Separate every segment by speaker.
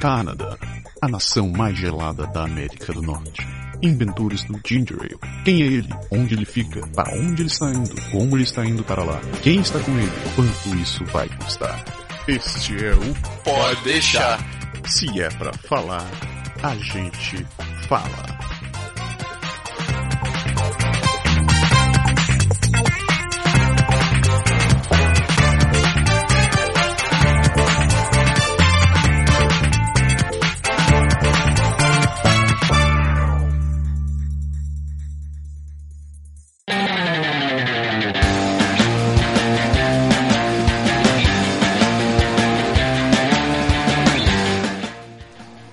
Speaker 1: Canadá, a nação mais gelada da América do Norte. Inventores do Ginger Ale. Quem é ele? Onde ele fica? Para onde ele está indo? Como ele está indo para lá? Quem está com ele? Quanto isso vai custar? Este é o
Speaker 2: Pode deixar.
Speaker 1: Se é para falar, a gente fala.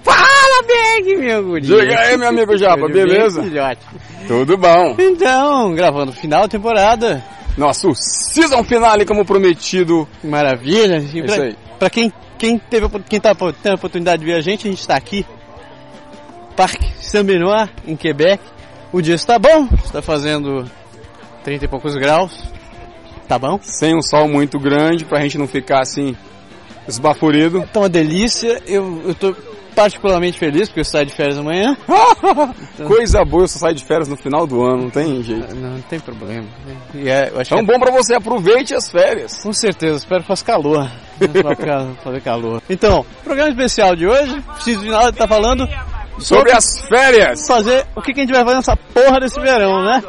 Speaker 3: Fala, Beg, meu guri!
Speaker 2: Diga aí, meu amigo Japa,
Speaker 3: Tudo bem,
Speaker 2: beleza?
Speaker 3: filhote?
Speaker 2: Tudo bom.
Speaker 3: Então, gravando final de temporada.
Speaker 2: Nosso season finale, como prometido.
Speaker 3: Maravilha. E
Speaker 2: Isso
Speaker 3: pra,
Speaker 2: aí.
Speaker 3: pra quem, quem, teve, a opor- quem tá po- tendo a oportunidade de ver a gente, a gente tá aqui. Parque Saint-Benoît, em Quebec. O dia está bom, está fazendo 30 e poucos graus. Tá bom?
Speaker 2: Sem um sol muito grande, pra gente não ficar assim, esbaforido.
Speaker 3: Tá uma delícia. Eu, eu tô particularmente feliz porque eu saio de férias amanhã. Então,
Speaker 2: Coisa boa, eu só saio de férias no final do ano, não tem jeito.
Speaker 3: Não, não tem problema. E é, eu acho que é
Speaker 2: Então bom pra você, aproveite as férias.
Speaker 3: Com certeza, espero que faça calor. Né, pra ficar- fazer calor. Então, programa especial de hoje, preciso de nada, tá falando
Speaker 2: Sobre as férias.
Speaker 3: fazer o que, que a gente vai fazer nessa porra desse verão, né?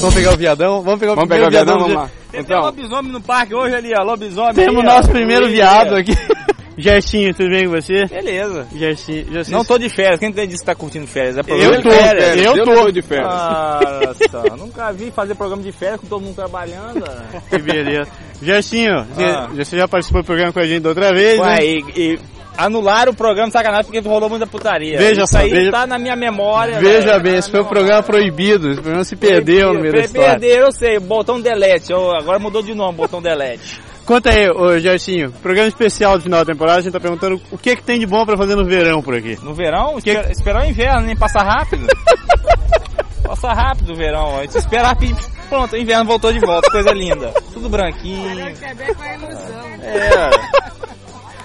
Speaker 3: Vamos pegar o viadão, vamos pegar o
Speaker 2: Vamos
Speaker 4: um
Speaker 3: primeiro
Speaker 2: pegar o viadão, vamos lá.
Speaker 4: Tem
Speaker 2: Então,
Speaker 4: lobisomem no parque hoje ali, ó. Lobisomem.
Speaker 3: Temos o
Speaker 4: aí, ó.
Speaker 3: nosso primeiro
Speaker 4: Ui,
Speaker 3: viado
Speaker 4: é.
Speaker 3: aqui. Gertinho, tudo bem com você?
Speaker 4: Beleza.
Speaker 3: Gertinho, Gertinho.
Speaker 4: Não tô de férias. Quem disse que tá curtindo férias? Ah, tá, É
Speaker 3: Eu
Speaker 2: ele tá de
Speaker 3: férias, eu
Speaker 2: eu
Speaker 3: tô.
Speaker 2: tô de férias.
Speaker 4: Nossa, nunca vi fazer programa de férias com todo mundo trabalhando. né?
Speaker 3: Que beleza. Gertinho, você-
Speaker 4: Ah.
Speaker 3: você já participou do programa com a gente da outra vez, né?
Speaker 4: Ué, e, e anularam o programa sacanagem porque rolou muita putaria.
Speaker 3: Veja
Speaker 4: Isso
Speaker 3: só,
Speaker 4: aí
Speaker 3: veja-
Speaker 4: tá na minha memória.
Speaker 3: Veja
Speaker 4: velho.
Speaker 3: bem,
Speaker 4: Tá
Speaker 3: esse foi um
Speaker 4: na-
Speaker 3: programa proibido, esse programa se perdeu no meio da história.
Speaker 4: Perdeu, eu sei. Botão delete. Eu- agora mudou de nome, botão delete.
Speaker 3: Conta aí, ô Gertinho, programa especial do final da temporada, a gente tá perguntando o que que tem de bom pra fazer no verão por aqui.
Speaker 4: No verão, espera- esperar o inverno, nem passa rápido. passa rápido o verão, ó. Se esperar rápido, pronto, o inverno voltou de volta, coisa linda. Tudo branquinho.
Speaker 5: Quebec é uma ilusão.
Speaker 4: É.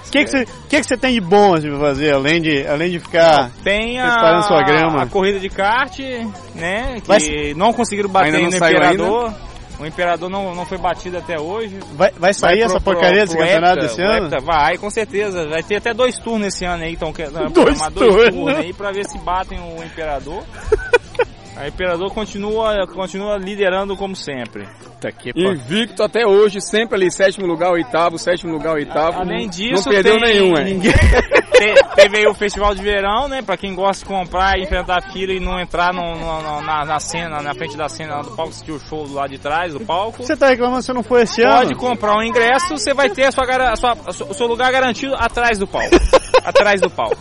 Speaker 3: O que que você que que você tem de bom assim, pra fazer, além de, além de ficar...
Speaker 4: Ah, Tem a,
Speaker 3: Preparando sua grama.
Speaker 4: a corrida de kart, né? Que
Speaker 3: Mas-
Speaker 4: não conseguiram bater
Speaker 2: Ainda não
Speaker 4: no
Speaker 2: saiu
Speaker 4: imperador. O imperador não, não foi batido até hoje.
Speaker 3: Vai, vai sair
Speaker 4: Vai
Speaker 3: essa
Speaker 4: pro- pro-
Speaker 3: porcaria desse
Speaker 4: pro
Speaker 3: campeonato
Speaker 4: Hepta,
Speaker 3: esse
Speaker 4: o
Speaker 3: ano?
Speaker 4: Hepta vai, com certeza. Vai ter até dois turnos esse ano aí. Então, quer- vai
Speaker 3: Dois
Speaker 4: programar
Speaker 3: turnos.
Speaker 4: dois turnos aí pra ver se batem o imperador. Aí O imperador continua, continua liderando como sempre.
Speaker 3: Puta que pariu.
Speaker 2: Invicto até hoje, sempre ali, sétimo lugar, oitavo, sétimo lugar, oitavo.
Speaker 4: Além
Speaker 2: Não-
Speaker 4: disso,
Speaker 2: não perdeu
Speaker 4: tem-
Speaker 2: nenhum, é. hein?
Speaker 4: ninguém- Te- Teve aí o festival de verão, né? Pra quem gosta de comprar e enfrentar a fila e não entrar no- no- no- na, na cena, na frente da cena lá do palco, assistir o show lá de trás do palco.
Speaker 3: Você tá reclamando que você não foi esse
Speaker 4: Pode
Speaker 3: ano?
Speaker 4: comprar um ingresso, você vai ter a sua, gara- a sua- a sua- o seu lugar garantido atrás do palco. atrás do palco.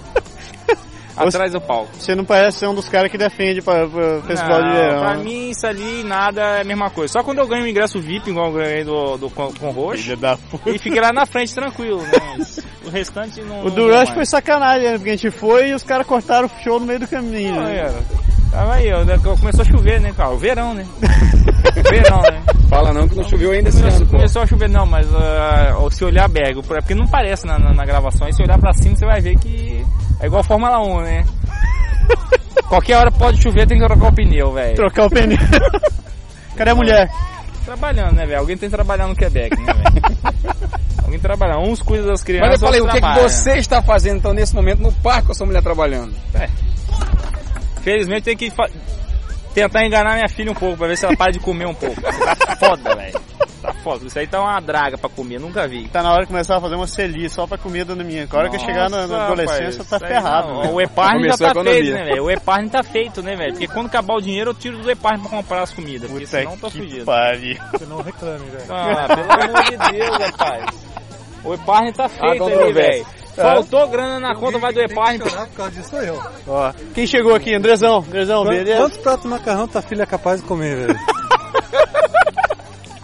Speaker 4: Atrás do palco.
Speaker 3: Você não parece ser um dos caras que defende pra, pra festival de
Speaker 4: Não,
Speaker 3: verão.
Speaker 4: Pra
Speaker 3: né?
Speaker 4: mim, isso ali nada é a mesma coisa. Só quando eu ganho o ingresso VIP, igual eu ganhei do, do com, com o roxo,
Speaker 3: Filha da puta.
Speaker 4: e fiquei lá na frente tranquilo, né? Mas O restante não.
Speaker 3: O
Speaker 4: não é.
Speaker 3: do
Speaker 4: deu
Speaker 3: Rush
Speaker 4: mais.
Speaker 3: foi sacanagem, né? Porque a gente foi e os caras cortaram o show no meio do caminho.
Speaker 4: Não, é.
Speaker 3: né?
Speaker 4: era. Tava aí, ó, né, começou a chover, né, cara? O verão, né? verão, né?
Speaker 2: Fala não que não choveu ainda esse ano, pô.
Speaker 4: Começou a chover, não, mas ah, ó, se olhar Bergo, por- é porque não parece na, na, na gravação, aí se olhar pra cima você vai ver que é igual a Fórmula 1, né? Qualquer hora pode chover, tem que trocar o pneu, velho.
Speaker 3: Trocar o pneu. Cadê a mulher?
Speaker 4: Trabalhando, né, velho? Alguém tem que trabalhar no Quebec, né, velho? Alguém trabalha, uns cuidam das crianças.
Speaker 2: Mas eu falei, o
Speaker 4: outros
Speaker 2: que, é que
Speaker 4: trabalham.
Speaker 2: você está fazendo então nesse momento no parque com a sua mulher trabalhando?
Speaker 3: É,
Speaker 4: Felizmente tem que fa- tentar enganar minha filha um pouco pra ver se ela para de comer um pouco. Tá foda, velho. Tá foda. Isso aí tá uma draga pra comer, nunca vi.
Speaker 3: Tá na hora de começar a fazer uma celia só pra comida na minha. A hora que eu chegar na, na
Speaker 4: Nossa,
Speaker 3: adolescência
Speaker 4: rapaz,
Speaker 3: tá
Speaker 4: isso aí
Speaker 3: ferrado.
Speaker 4: não.
Speaker 3: né?
Speaker 4: O Eparne já
Speaker 2: Começou a
Speaker 4: tá feito,
Speaker 2: economia.
Speaker 4: né, velho? O Eparne tá feito, né, velho? Porque quando acabar o dinheiro, eu tiro do Eparne pra comprar as comidas. Porque
Speaker 3: Puta
Speaker 4: senão eu tô
Speaker 3: que
Speaker 4: fudido.
Speaker 3: pariu.
Speaker 4: Ah, pelo amor de Deus, rapaz. O Eparne
Speaker 3: Ah,
Speaker 4: tá feito ali,
Speaker 2: controvérsia.
Speaker 4: velho.
Speaker 3: É.
Speaker 4: Faltou grana na conta, vai do Eparne.
Speaker 6: chorar por causa disso sou eu.
Speaker 3: Ó, quem chegou aqui? Andrezão. Andrezão, beleza?
Speaker 5: tá
Speaker 6: Quantos pratos de macarrão tua filha é capaz de comer, velho?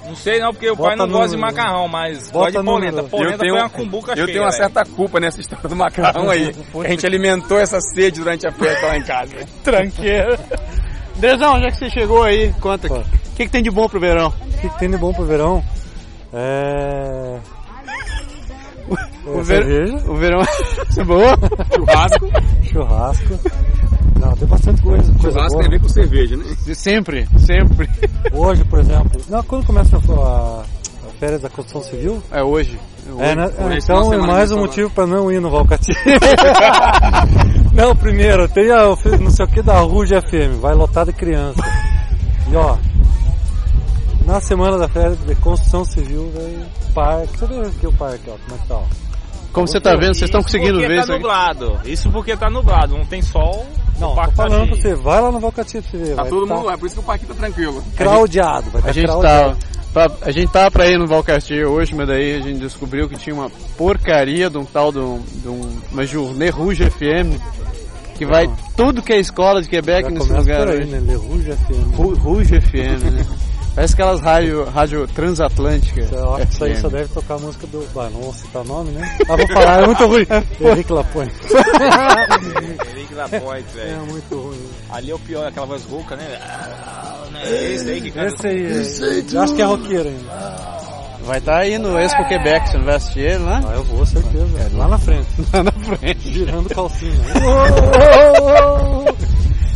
Speaker 4: Não Não sei não, porque o
Speaker 5: Bota
Speaker 4: pai não gosta de
Speaker 5: no-
Speaker 4: macarrão,
Speaker 5: bota
Speaker 4: mas gosta Tá de
Speaker 5: no-
Speaker 4: polenta.
Speaker 5: eu
Speaker 4: Polenta
Speaker 2: tenho- um
Speaker 4: foi uma cumbuca
Speaker 2: Eu
Speaker 4: cheia,
Speaker 2: tenho uma
Speaker 4: velho.
Speaker 2: certa culpa nessa história do macarrão aí. A gente alimentou essa sede durante a festa lá em casa.
Speaker 3: Tranqueira. Andrezão, já é que você chegou aí, conta. O que, que tem de bom pro verão?
Speaker 5: O que que tem de bom pro verão? É.
Speaker 3: O,
Speaker 5: é,
Speaker 3: ver-
Speaker 5: cerveja,
Speaker 3: o verão. é Você boa?
Speaker 2: Churrasco.
Speaker 5: churrasco. Não, tem bastante coisa. coisa
Speaker 2: Churrasco
Speaker 5: boa.
Speaker 2: tem a ver com cerveja, né?
Speaker 3: Sempre, sempre.
Speaker 5: Hoje, por exemplo. Não, quando começa a, a férias da construção civil?
Speaker 3: É hoje. É hoje.
Speaker 5: É, né?
Speaker 2: hoje, final
Speaker 5: então
Speaker 2: de
Speaker 5: é
Speaker 2: semana,
Speaker 5: mais um
Speaker 2: então,
Speaker 5: motivo pra não ir no Valcati. não, primeiro, tem a, o fi- não sei o que da Ruge FM, vai lotar de criança. E ó, na semana da férias de construção civil, velho, parque. Você vê aqui o parque, ó, como é que tá, ó.
Speaker 3: Como você tá vendo, vocês estão conseguindo
Speaker 4: porque
Speaker 3: ver
Speaker 4: tá
Speaker 3: isso aí?
Speaker 4: nublado. Isso porque tá nublado, não tem sol.
Speaker 5: Não,
Speaker 4: o
Speaker 5: tô
Speaker 4: parque tá
Speaker 5: falando pra
Speaker 4: cheio.
Speaker 5: você, vai lá no Valcati pra você ver.
Speaker 2: Tá
Speaker 5: vai
Speaker 2: todo
Speaker 5: tá
Speaker 2: mundo. É por isso que o parque tá tranquilo.
Speaker 5: Craudiado, vai
Speaker 3: A
Speaker 5: tá
Speaker 3: gente
Speaker 5: craudiado.
Speaker 3: tava. pra- a gente tava pra ir no Valcartier hoje, mas daí a gente descobriu que tinha uma porcaria de um tal de, um, de um- uma Journée Rouge FM que vai tudo que é escola de Quebec
Speaker 5: Ah. Já
Speaker 3: nesse
Speaker 5: começa
Speaker 3: lugar
Speaker 5: por aí,
Speaker 3: hoje.
Speaker 5: né? Le Rouge FM.
Speaker 3: Ru- Rouge FM, né? Parece aquelas rádio, rádio transatlântica.
Speaker 5: Eu acho que isso aí
Speaker 3: FM.
Speaker 5: só deve tocar a música do. Ah, não vou citar o nome, né? Ah, vou falar, é muito ruim. Henrique Lapointe.
Speaker 4: Henrique Laporte,
Speaker 5: É
Speaker 4: velho.
Speaker 5: muito ruim.
Speaker 4: Ali é o pior, aquela voz rouca, né? Ah, né? Esse aí que canta.
Speaker 5: Esse aí, eu acho que é roqueiro ainda.
Speaker 4: Ah,
Speaker 3: Vai estar aí no Expo Quebec, você não vai assistir ele, né? É,
Speaker 5: Ah, eu vou, certeza. lá na frente,
Speaker 3: Lá na frente.
Speaker 5: girando calcinha.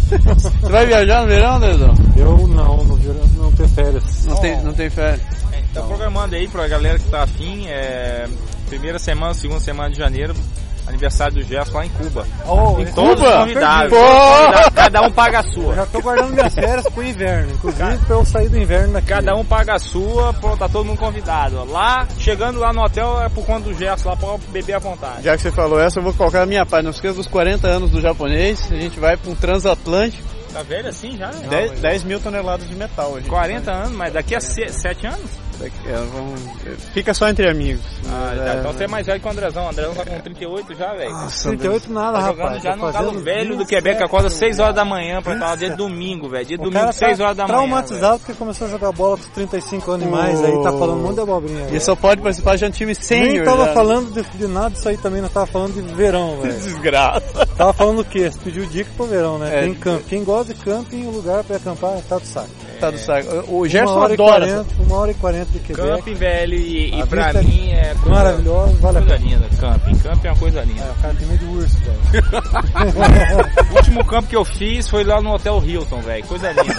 Speaker 3: Você vai viajar no verão, Dedão?
Speaker 5: eu não, no verão não tem férias.
Speaker 3: Não tem, não tem férias.
Speaker 4: É, Tá programando aí pra galera que tá afim, é. Primeira semana, segunda semana de janeiro, aniversário do Gerson lá em Cuba.
Speaker 5: Oh,
Speaker 4: Em Todos os
Speaker 3: Cuba?
Speaker 4: convidados.
Speaker 3: Pô!
Speaker 4: todos os convidados, é Cada um paga a
Speaker 5: eu
Speaker 4: sua.
Speaker 5: já tô guardando minhas férias pro inverno, inclusive pra eu sair do inverno daqui.
Speaker 4: Cada um paga a sua, pronto, tá todo mundo convidado. Lá, chegando lá no hotel é por conta do Gerson, lá pra beber à vontade.
Speaker 3: Já que você falou essa, eu vou colocar a minha parte. Não esqueça dos 40 anos do japonês. A gente vai para um transatlântico.
Speaker 4: Tá velho assim já? né?
Speaker 3: 10, mil toneladas de metal. A gente
Speaker 4: 40 anos, mas daqui a 7 anos?
Speaker 3: vai- é, vamos- Fica só entre amigos.
Speaker 4: Ah, tá, então você é mais velho que o Andrezão. O Andrezão tá com 38 já, velho.
Speaker 5: 38 é nada,
Speaker 4: Tá jogando
Speaker 5: rapaz.
Speaker 4: já
Speaker 5: tô
Speaker 4: no galo
Speaker 5: fazendo
Speaker 4: velho do
Speaker 5: 27.
Speaker 4: Quebec, que acorda 6 horas da manhã pra estar dia de domingo, velho. Dia de
Speaker 5: O
Speaker 4: domingo,
Speaker 5: cara
Speaker 4: 6
Speaker 5: tá
Speaker 4: horas da manhã.
Speaker 5: traumatizado porque começou a jogar bola com 35 anos e mais, aí tá falando um monte de abobrinha.
Speaker 3: E só pode participar de um time sênior.
Speaker 5: Nem tava
Speaker 3: já.
Speaker 5: falando de, de nada disso aí também, não tava falando de verão, velho.
Speaker 3: Desgraça.
Speaker 5: Tava falando o quê? Você pediu dica pro verão, né?
Speaker 3: É.
Speaker 5: Tem camping. Quem gosta de camping, o lugar pra acampar tá do saco.
Speaker 3: Tá do saco. O
Speaker 5: uma
Speaker 3: Gerson
Speaker 5: hora
Speaker 3: adora.
Speaker 5: e
Speaker 3: essa-
Speaker 5: 40, uma hora e 40 de Quebec.
Speaker 4: Camping, velho, e,
Speaker 5: A
Speaker 4: e pra
Speaker 5: vista
Speaker 4: mim é coisa,
Speaker 5: Maravilhoso, vale a
Speaker 4: coisa
Speaker 5: pena.
Speaker 4: linda. Camping, camping é uma coisa linda.
Speaker 5: É, o cara tem medo de urso, velho.
Speaker 4: O último campo que eu fiz foi lá no Hotel Hilton, velho. Coisa linda.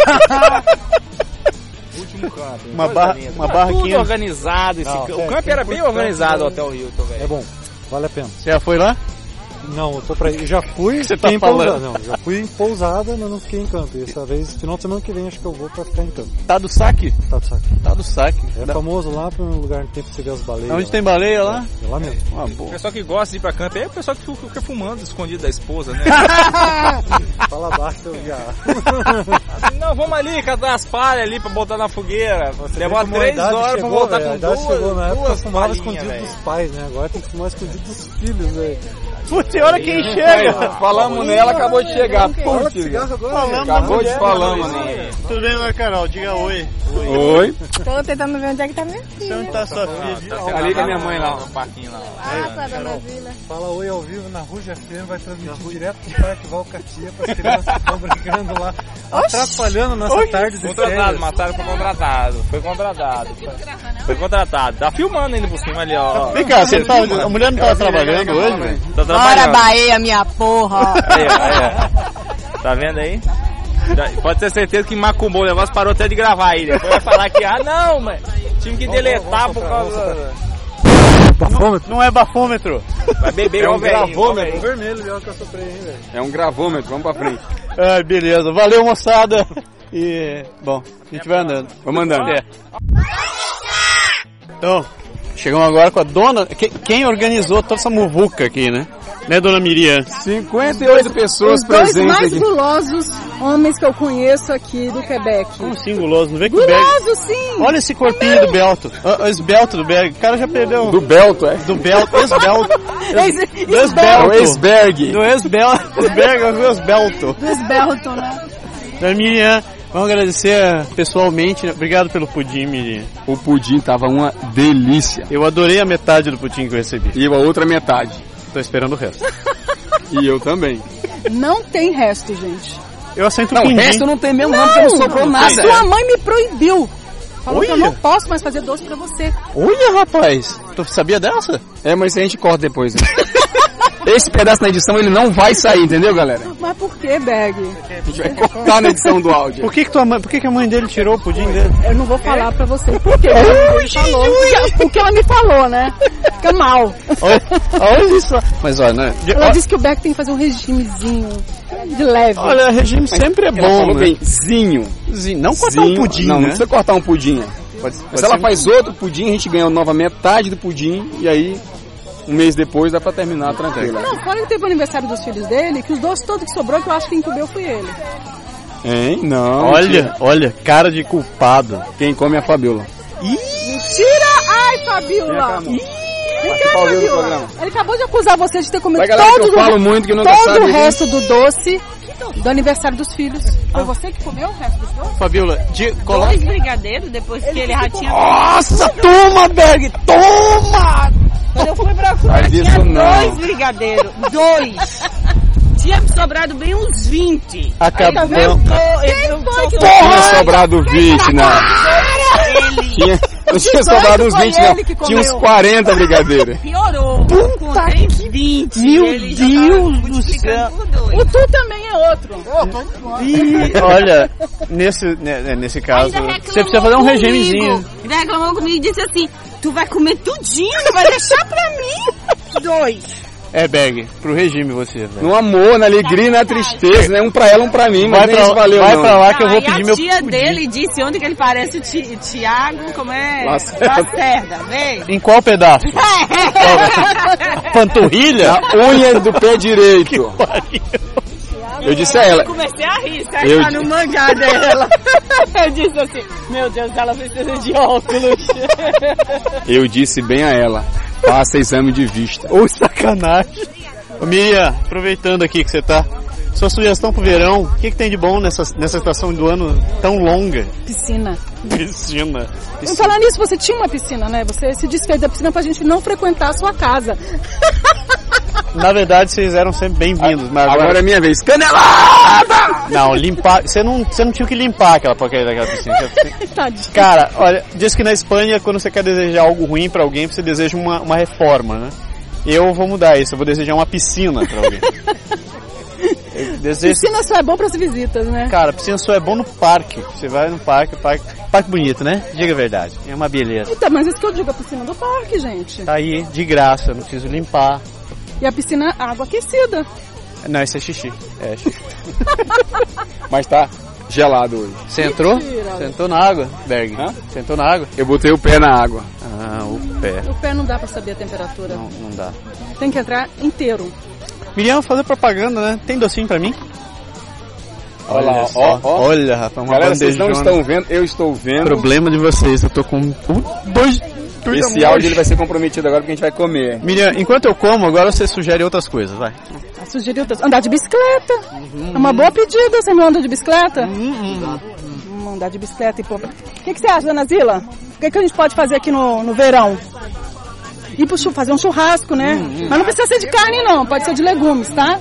Speaker 4: último campo.
Speaker 3: Uma
Speaker 4: coisa
Speaker 3: barra-
Speaker 4: linda.
Speaker 3: uma
Speaker 4: Tá
Speaker 3: barraquinha.
Speaker 4: Tudo organizado. Esse
Speaker 5: Não,
Speaker 4: campo.
Speaker 5: é,
Speaker 4: o campo
Speaker 5: tem
Speaker 4: era
Speaker 5: muito
Speaker 4: bem
Speaker 5: campo,
Speaker 4: organizado, o
Speaker 5: né?
Speaker 4: Hotel Hilton,
Speaker 5: É
Speaker 4: velho.
Speaker 5: bom, vale a pena.
Speaker 3: Você já foi lá?
Speaker 5: Não, eu tô pra ir. Eu já fui
Speaker 3: você tá
Speaker 5: fiquei em pousada.
Speaker 3: falando?
Speaker 5: Não, já fui em pousada, mas não fiquei em camping. Essa vez, final de semana que vem, acho que eu vou pra ficar em camping.
Speaker 3: Tá do saque?
Speaker 5: Tá do saco.
Speaker 3: Tá do saque.
Speaker 5: É
Speaker 3: Da-
Speaker 5: famoso lá pra um lugar que tem pra você ver as baleias.
Speaker 3: Onde
Speaker 5: lá.
Speaker 3: tem baleia lá?
Speaker 5: É lá mesmo.
Speaker 3: Uma
Speaker 4: O
Speaker 3: boa.
Speaker 4: pessoal que gosta de ir pra campo é o pessoal que fica fica fumando escondido da esposa, né?
Speaker 5: Fala baixo, eu já.
Speaker 4: Assim, Não, vamos ali catar as palhas ali pra botar na fogueira. Levou
Speaker 5: Como a
Speaker 4: três
Speaker 5: idade
Speaker 4: horas pra
Speaker 5: chegou,
Speaker 4: voltar
Speaker 5: velho, a
Speaker 4: com
Speaker 5: idade
Speaker 4: duas,
Speaker 5: chegou na época,
Speaker 4: duas
Speaker 5: fumava
Speaker 4: palhinhas,
Speaker 5: escondido
Speaker 4: velho.
Speaker 5: dos pais, né? Agora tem que fumar escondido dos filhos, velho. né?
Speaker 3: Putz, e olha quem chega.
Speaker 2: Falamos nela, acabou de chegar.
Speaker 5: Fala
Speaker 2: Putz,
Speaker 5: de cigarro agora. né?
Speaker 3: Falamos da
Speaker 2: acabou de
Speaker 3: mulher,
Speaker 2: falar,
Speaker 3: né?
Speaker 2: mano.
Speaker 3: Tudo bem, Ana Carol? Diga oi.
Speaker 2: Oi.
Speaker 6: Tô tentando ver onde é que tá minha filha.
Speaker 3: Onde tá sua filha?
Speaker 2: Ali com a minha mãe lá.
Speaker 4: No parquinho lá.
Speaker 6: Ah, tá, dona Vila.
Speaker 5: Fala oi ao vivo na Ruja FM, vai transmitir direto pro Parque Valcatia pras crianças que estão brincando lá, atrapalhando nossa tarde de
Speaker 4: Contratado,
Speaker 5: férias.
Speaker 4: mataram foi contratado. Foi contratado. Foi contratado. Tá filmando ainda por cima ali, ó.
Speaker 3: Vem cá,
Speaker 5: tá
Speaker 3: você tava, a mulher não tava trabalhando hoje, velho?
Speaker 4: Tá
Speaker 6: Bora,
Speaker 4: trabalhando.
Speaker 6: Bahia, minha porra.
Speaker 4: Aí, ó, aí, ó. Tá vendo aí? Já- Pode ter certeza que macumbou, o negócio parou até de gravar aí. Depois vai falar que, ah não, mas tive que deletar por causa.
Speaker 3: Não é bafômetro.
Speaker 4: Vai beber
Speaker 2: É um
Speaker 4: igual velhinho, igual
Speaker 2: gravômetro.
Speaker 4: velhinho.
Speaker 5: Vermelho, olha que eu soprei, hein, velho.
Speaker 2: É um gravômetro, vamos pra frente.
Speaker 3: Ai, beleza. Valeu, moçada. E, bom, a gente vai andando.
Speaker 2: Vamos andando.
Speaker 3: É. Então, chegamos agora com a dona... que- Quem organizou toda essa muvuca aqui, né? Né, dona Miriam?
Speaker 2: 58 pessoas
Speaker 7: Os dois
Speaker 2: presentes
Speaker 7: mais
Speaker 2: aqui.
Speaker 7: gulosos homens que eu conheço aqui do Quebec.
Speaker 3: Um singuloso, não vem com o Berg.
Speaker 7: Guloso, sim!
Speaker 3: Olha esse corpinho do Belto. Ó, ó, Esse Belto do Berg. O cara já perdeu...
Speaker 2: Do Belto, é?
Speaker 3: Do Belto, ex-Belto.
Speaker 7: Esse-
Speaker 3: Do
Speaker 2: É o
Speaker 3: ex-Belto.
Speaker 2: Eisberg.
Speaker 3: Do é ex-Belto. Do Berg, do ex-Belto.
Speaker 7: Dos Belton, né?
Speaker 3: Da Miriam. Vamos agradecer pessoalmente. né? Obrigado pelo pudim, menino.
Speaker 2: O pudim tava uma delícia.
Speaker 3: Eu adorei a metade do pudim que eu recebi.
Speaker 2: E a outra metade.
Speaker 3: Tô esperando o resto.
Speaker 2: E eu também.
Speaker 7: Não tem resto, gente.
Speaker 3: Eu aceito
Speaker 2: Não,
Speaker 3: o
Speaker 2: o
Speaker 3: pudim.
Speaker 2: resto é não tem mesmo, não, porque não sobrou nada.
Speaker 7: Sua mãe me proibiu. Falou que eu
Speaker 3: Olha.
Speaker 7: não posso mais fazer doce pra você.
Speaker 3: Olha, rapaz. Tu sabia dessa?
Speaker 2: É, mas isso a gente corta depois. né? Esse pedaço na edição ele não vai sair, entendeu, galera?
Speaker 7: Mas por que, Beg?
Speaker 2: A gente vai cortar né? na edição do áudio.
Speaker 3: Por que que, tua mãe, por que, que a mãe dele tirou o pudim dele?
Speaker 7: Eu não vou falar pra você. Por quê? Ela falou o que ela- o que ela me falou, né? Fica mal.
Speaker 3: Olha, olha isso. Mas olha, né? de-
Speaker 7: Ela disse que o Beck tem que fazer um regimezinho de leve.
Speaker 3: olha, regime sempre é
Speaker 2: Ela
Speaker 3: bom,
Speaker 2: falou
Speaker 3: né?
Speaker 2: bem, zinho.
Speaker 3: Sim, Não cortar um
Speaker 2: Zinho.
Speaker 3: pudim,
Speaker 2: não, não
Speaker 3: né?
Speaker 2: precisa cortar um pudim.
Speaker 3: Pode- pode
Speaker 2: Se ela
Speaker 3: ser-
Speaker 2: faz outro pudim, a gente ganha nova metade do pudim e aí um mês depois dá pra terminar
Speaker 3: né,
Speaker 2: tranquila.
Speaker 7: Não, fora que teve o aniversário dos filhos dele, que os doces todos que sobrou, que eu acho que quem comeu foi ele.
Speaker 2: Hein? Não.
Speaker 3: Olha, olha, cara de culpado.
Speaker 2: Quem come é a Fabiola.
Speaker 7: Mentira! Ai, Fabiola!
Speaker 2: Vem
Speaker 7: Vem
Speaker 2: Participa
Speaker 7: cá,
Speaker 2: ao vivo do
Speaker 7: Fabiola!
Speaker 2: programa.
Speaker 7: Ele acabou de acusar você de ter comido
Speaker 2: Vai, galera, que
Speaker 7: todo,
Speaker 2: eu falo
Speaker 7: o-
Speaker 2: muito que nunca
Speaker 7: todo
Speaker 2: sabe.
Speaker 7: o
Speaker 2: né?
Speaker 7: resto do doce do aniversário dos filhos.
Speaker 2: Ah.
Speaker 7: Foi você que comeu o resto dos doces?
Speaker 3: Fabiola, de, coloca.
Speaker 8: Dois brigadeiros depois que ele já tinha.
Speaker 3: Nossa, toma, Berg, toma!
Speaker 8: Quando eu fui procurar,
Speaker 2: Faz
Speaker 8: tinha
Speaker 2: isso não.
Speaker 8: dois brigadeiros. Dois. tinha sobrado bem uns 20.
Speaker 3: Acabou.
Speaker 8: Eu só fui
Speaker 2: Tinha sobrado 20, não.
Speaker 8: ele.
Speaker 2: Tinha, não tinha
Speaker 7: 18
Speaker 2: sobrado uns
Speaker 7: foi
Speaker 2: 20,
Speaker 7: ele que
Speaker 2: não. Tinha uns
Speaker 7: comeu.
Speaker 2: 40 brigadeiros.
Speaker 8: Piorou. Contei 20.
Speaker 3: Meu
Speaker 8: Ele já
Speaker 3: Deus
Speaker 8: tava
Speaker 3: do
Speaker 8: multiplicando por dois.
Speaker 7: O tu também é outro.
Speaker 3: Ih, olha, nesse, né, nesse caso,
Speaker 8: Ainda reclamou
Speaker 3: você precisa fazer um
Speaker 8: comigo.
Speaker 3: regimezinho.
Speaker 8: Ainda reclamou comigo e disse assim: Tu vai comer tudinho, não vai deixar pra mim. Dois.
Speaker 3: É, Berg, pro regime você, velho.
Speaker 2: No amor, na alegria e na tristeza, né? Um pra ela, um pra mim, mas
Speaker 3: Vai
Speaker 2: nem
Speaker 3: pra,
Speaker 2: isso valeu,
Speaker 3: vai
Speaker 2: não.
Speaker 3: pra lá é que
Speaker 8: Não,
Speaker 3: eu vou
Speaker 8: aí
Speaker 3: pedir
Speaker 8: a
Speaker 3: meu
Speaker 8: tia
Speaker 3: pudim.
Speaker 8: dele disse onde que ele parece o Ti- Tiago, como é?
Speaker 2: Lacerda.
Speaker 8: Lacerda, vem.
Speaker 3: Em qual pedaço?
Speaker 8: É.
Speaker 3: Panturrilha?
Speaker 2: A unha do pé direito. Eu disse a ela,
Speaker 8: Eu comecei a rir, será que
Speaker 2: Eu
Speaker 8: tá
Speaker 2: di-
Speaker 8: no mangá dela? eu disse assim, meu Deus, ela precisa de óculos.
Speaker 2: eu disse bem a ela, faça exame de vista.
Speaker 3: Ou sacanagem. Ô, Miriam, aproveitando aqui que você tá, sua sugestão pro verão, o que, que tem de bom nessa, nessa estação do ano tão longa?
Speaker 7: Piscina.
Speaker 3: Piscina.
Speaker 7: Não falar nisso, você tinha uma piscina, né? Você se desfez da piscina pra gente não frequentar a sua casa.
Speaker 3: Na verdade, vocês eram sempre bem-vindos, mas
Speaker 2: Agora é
Speaker 3: agora...
Speaker 2: minha vez. Canela!
Speaker 3: Não, limpar... Você não, você não tinha que limpar aquela porcaria daquela piscina. Você-
Speaker 7: Tadinho.
Speaker 3: Cara, olha, diz que na Espanha, quando você quer desejar algo ruim pra alguém, você deseja uma, uma reforma, né? Eu vou mudar isso, eu vou desejar uma piscina pra alguém. Eu desejo...
Speaker 7: Piscina só é bom pras visitas, né?
Speaker 3: Cara, piscina só é bom no parque. Você vai no parque, parque, parque bonito, né? Diga a verdade. É uma beleza.
Speaker 7: Então, mas isso que eu digo, a piscina do parque, gente.
Speaker 3: Tá aí, de graça, não preciso limpar.
Speaker 7: E a piscina, água aquecida.
Speaker 3: Não, isso é xixi. É xixi.
Speaker 2: Mas tá gelado hoje.
Speaker 3: Você entrou?
Speaker 7: Mentira.
Speaker 3: Sentou na água, Berg.
Speaker 2: Hã?
Speaker 3: Sentou na água?
Speaker 2: Eu botei o pé na água.
Speaker 3: Ah, o pé.
Speaker 7: O pé não dá pra saber a temperatura.
Speaker 3: Não, não dá.
Speaker 7: Tem que entrar inteiro.
Speaker 3: Miriam, fazer propaganda, né? Tem docinho pra mim?
Speaker 2: Olha lá,
Speaker 3: só.
Speaker 2: ó, ó.
Speaker 3: Olha, rapaz, uma
Speaker 2: Galera, vocês não
Speaker 3: bandejona.
Speaker 2: estão vendo, eu estou vendo.
Speaker 3: Problema de vocês, eu tô com um, dois... dois
Speaker 2: Esse
Speaker 3: amores.
Speaker 2: áudio ele vai ser comprometido agora porque a gente vai comer.
Speaker 3: Miriam, enquanto eu como, agora você sugere outras coisas, vai.
Speaker 7: Ah, Sugeriu outras- andar de bicicleta. É uma boa pedida, você não anda de bicicleta? Hum, andar de bicicleta e pô. O que, que você acha, dona Zila? O que, que a gente pode fazer aqui no, no verão? Ir pro chu- fazer um churrasco, né? Mas não precisa ser de carne, não. Pode ser de legumes, tá?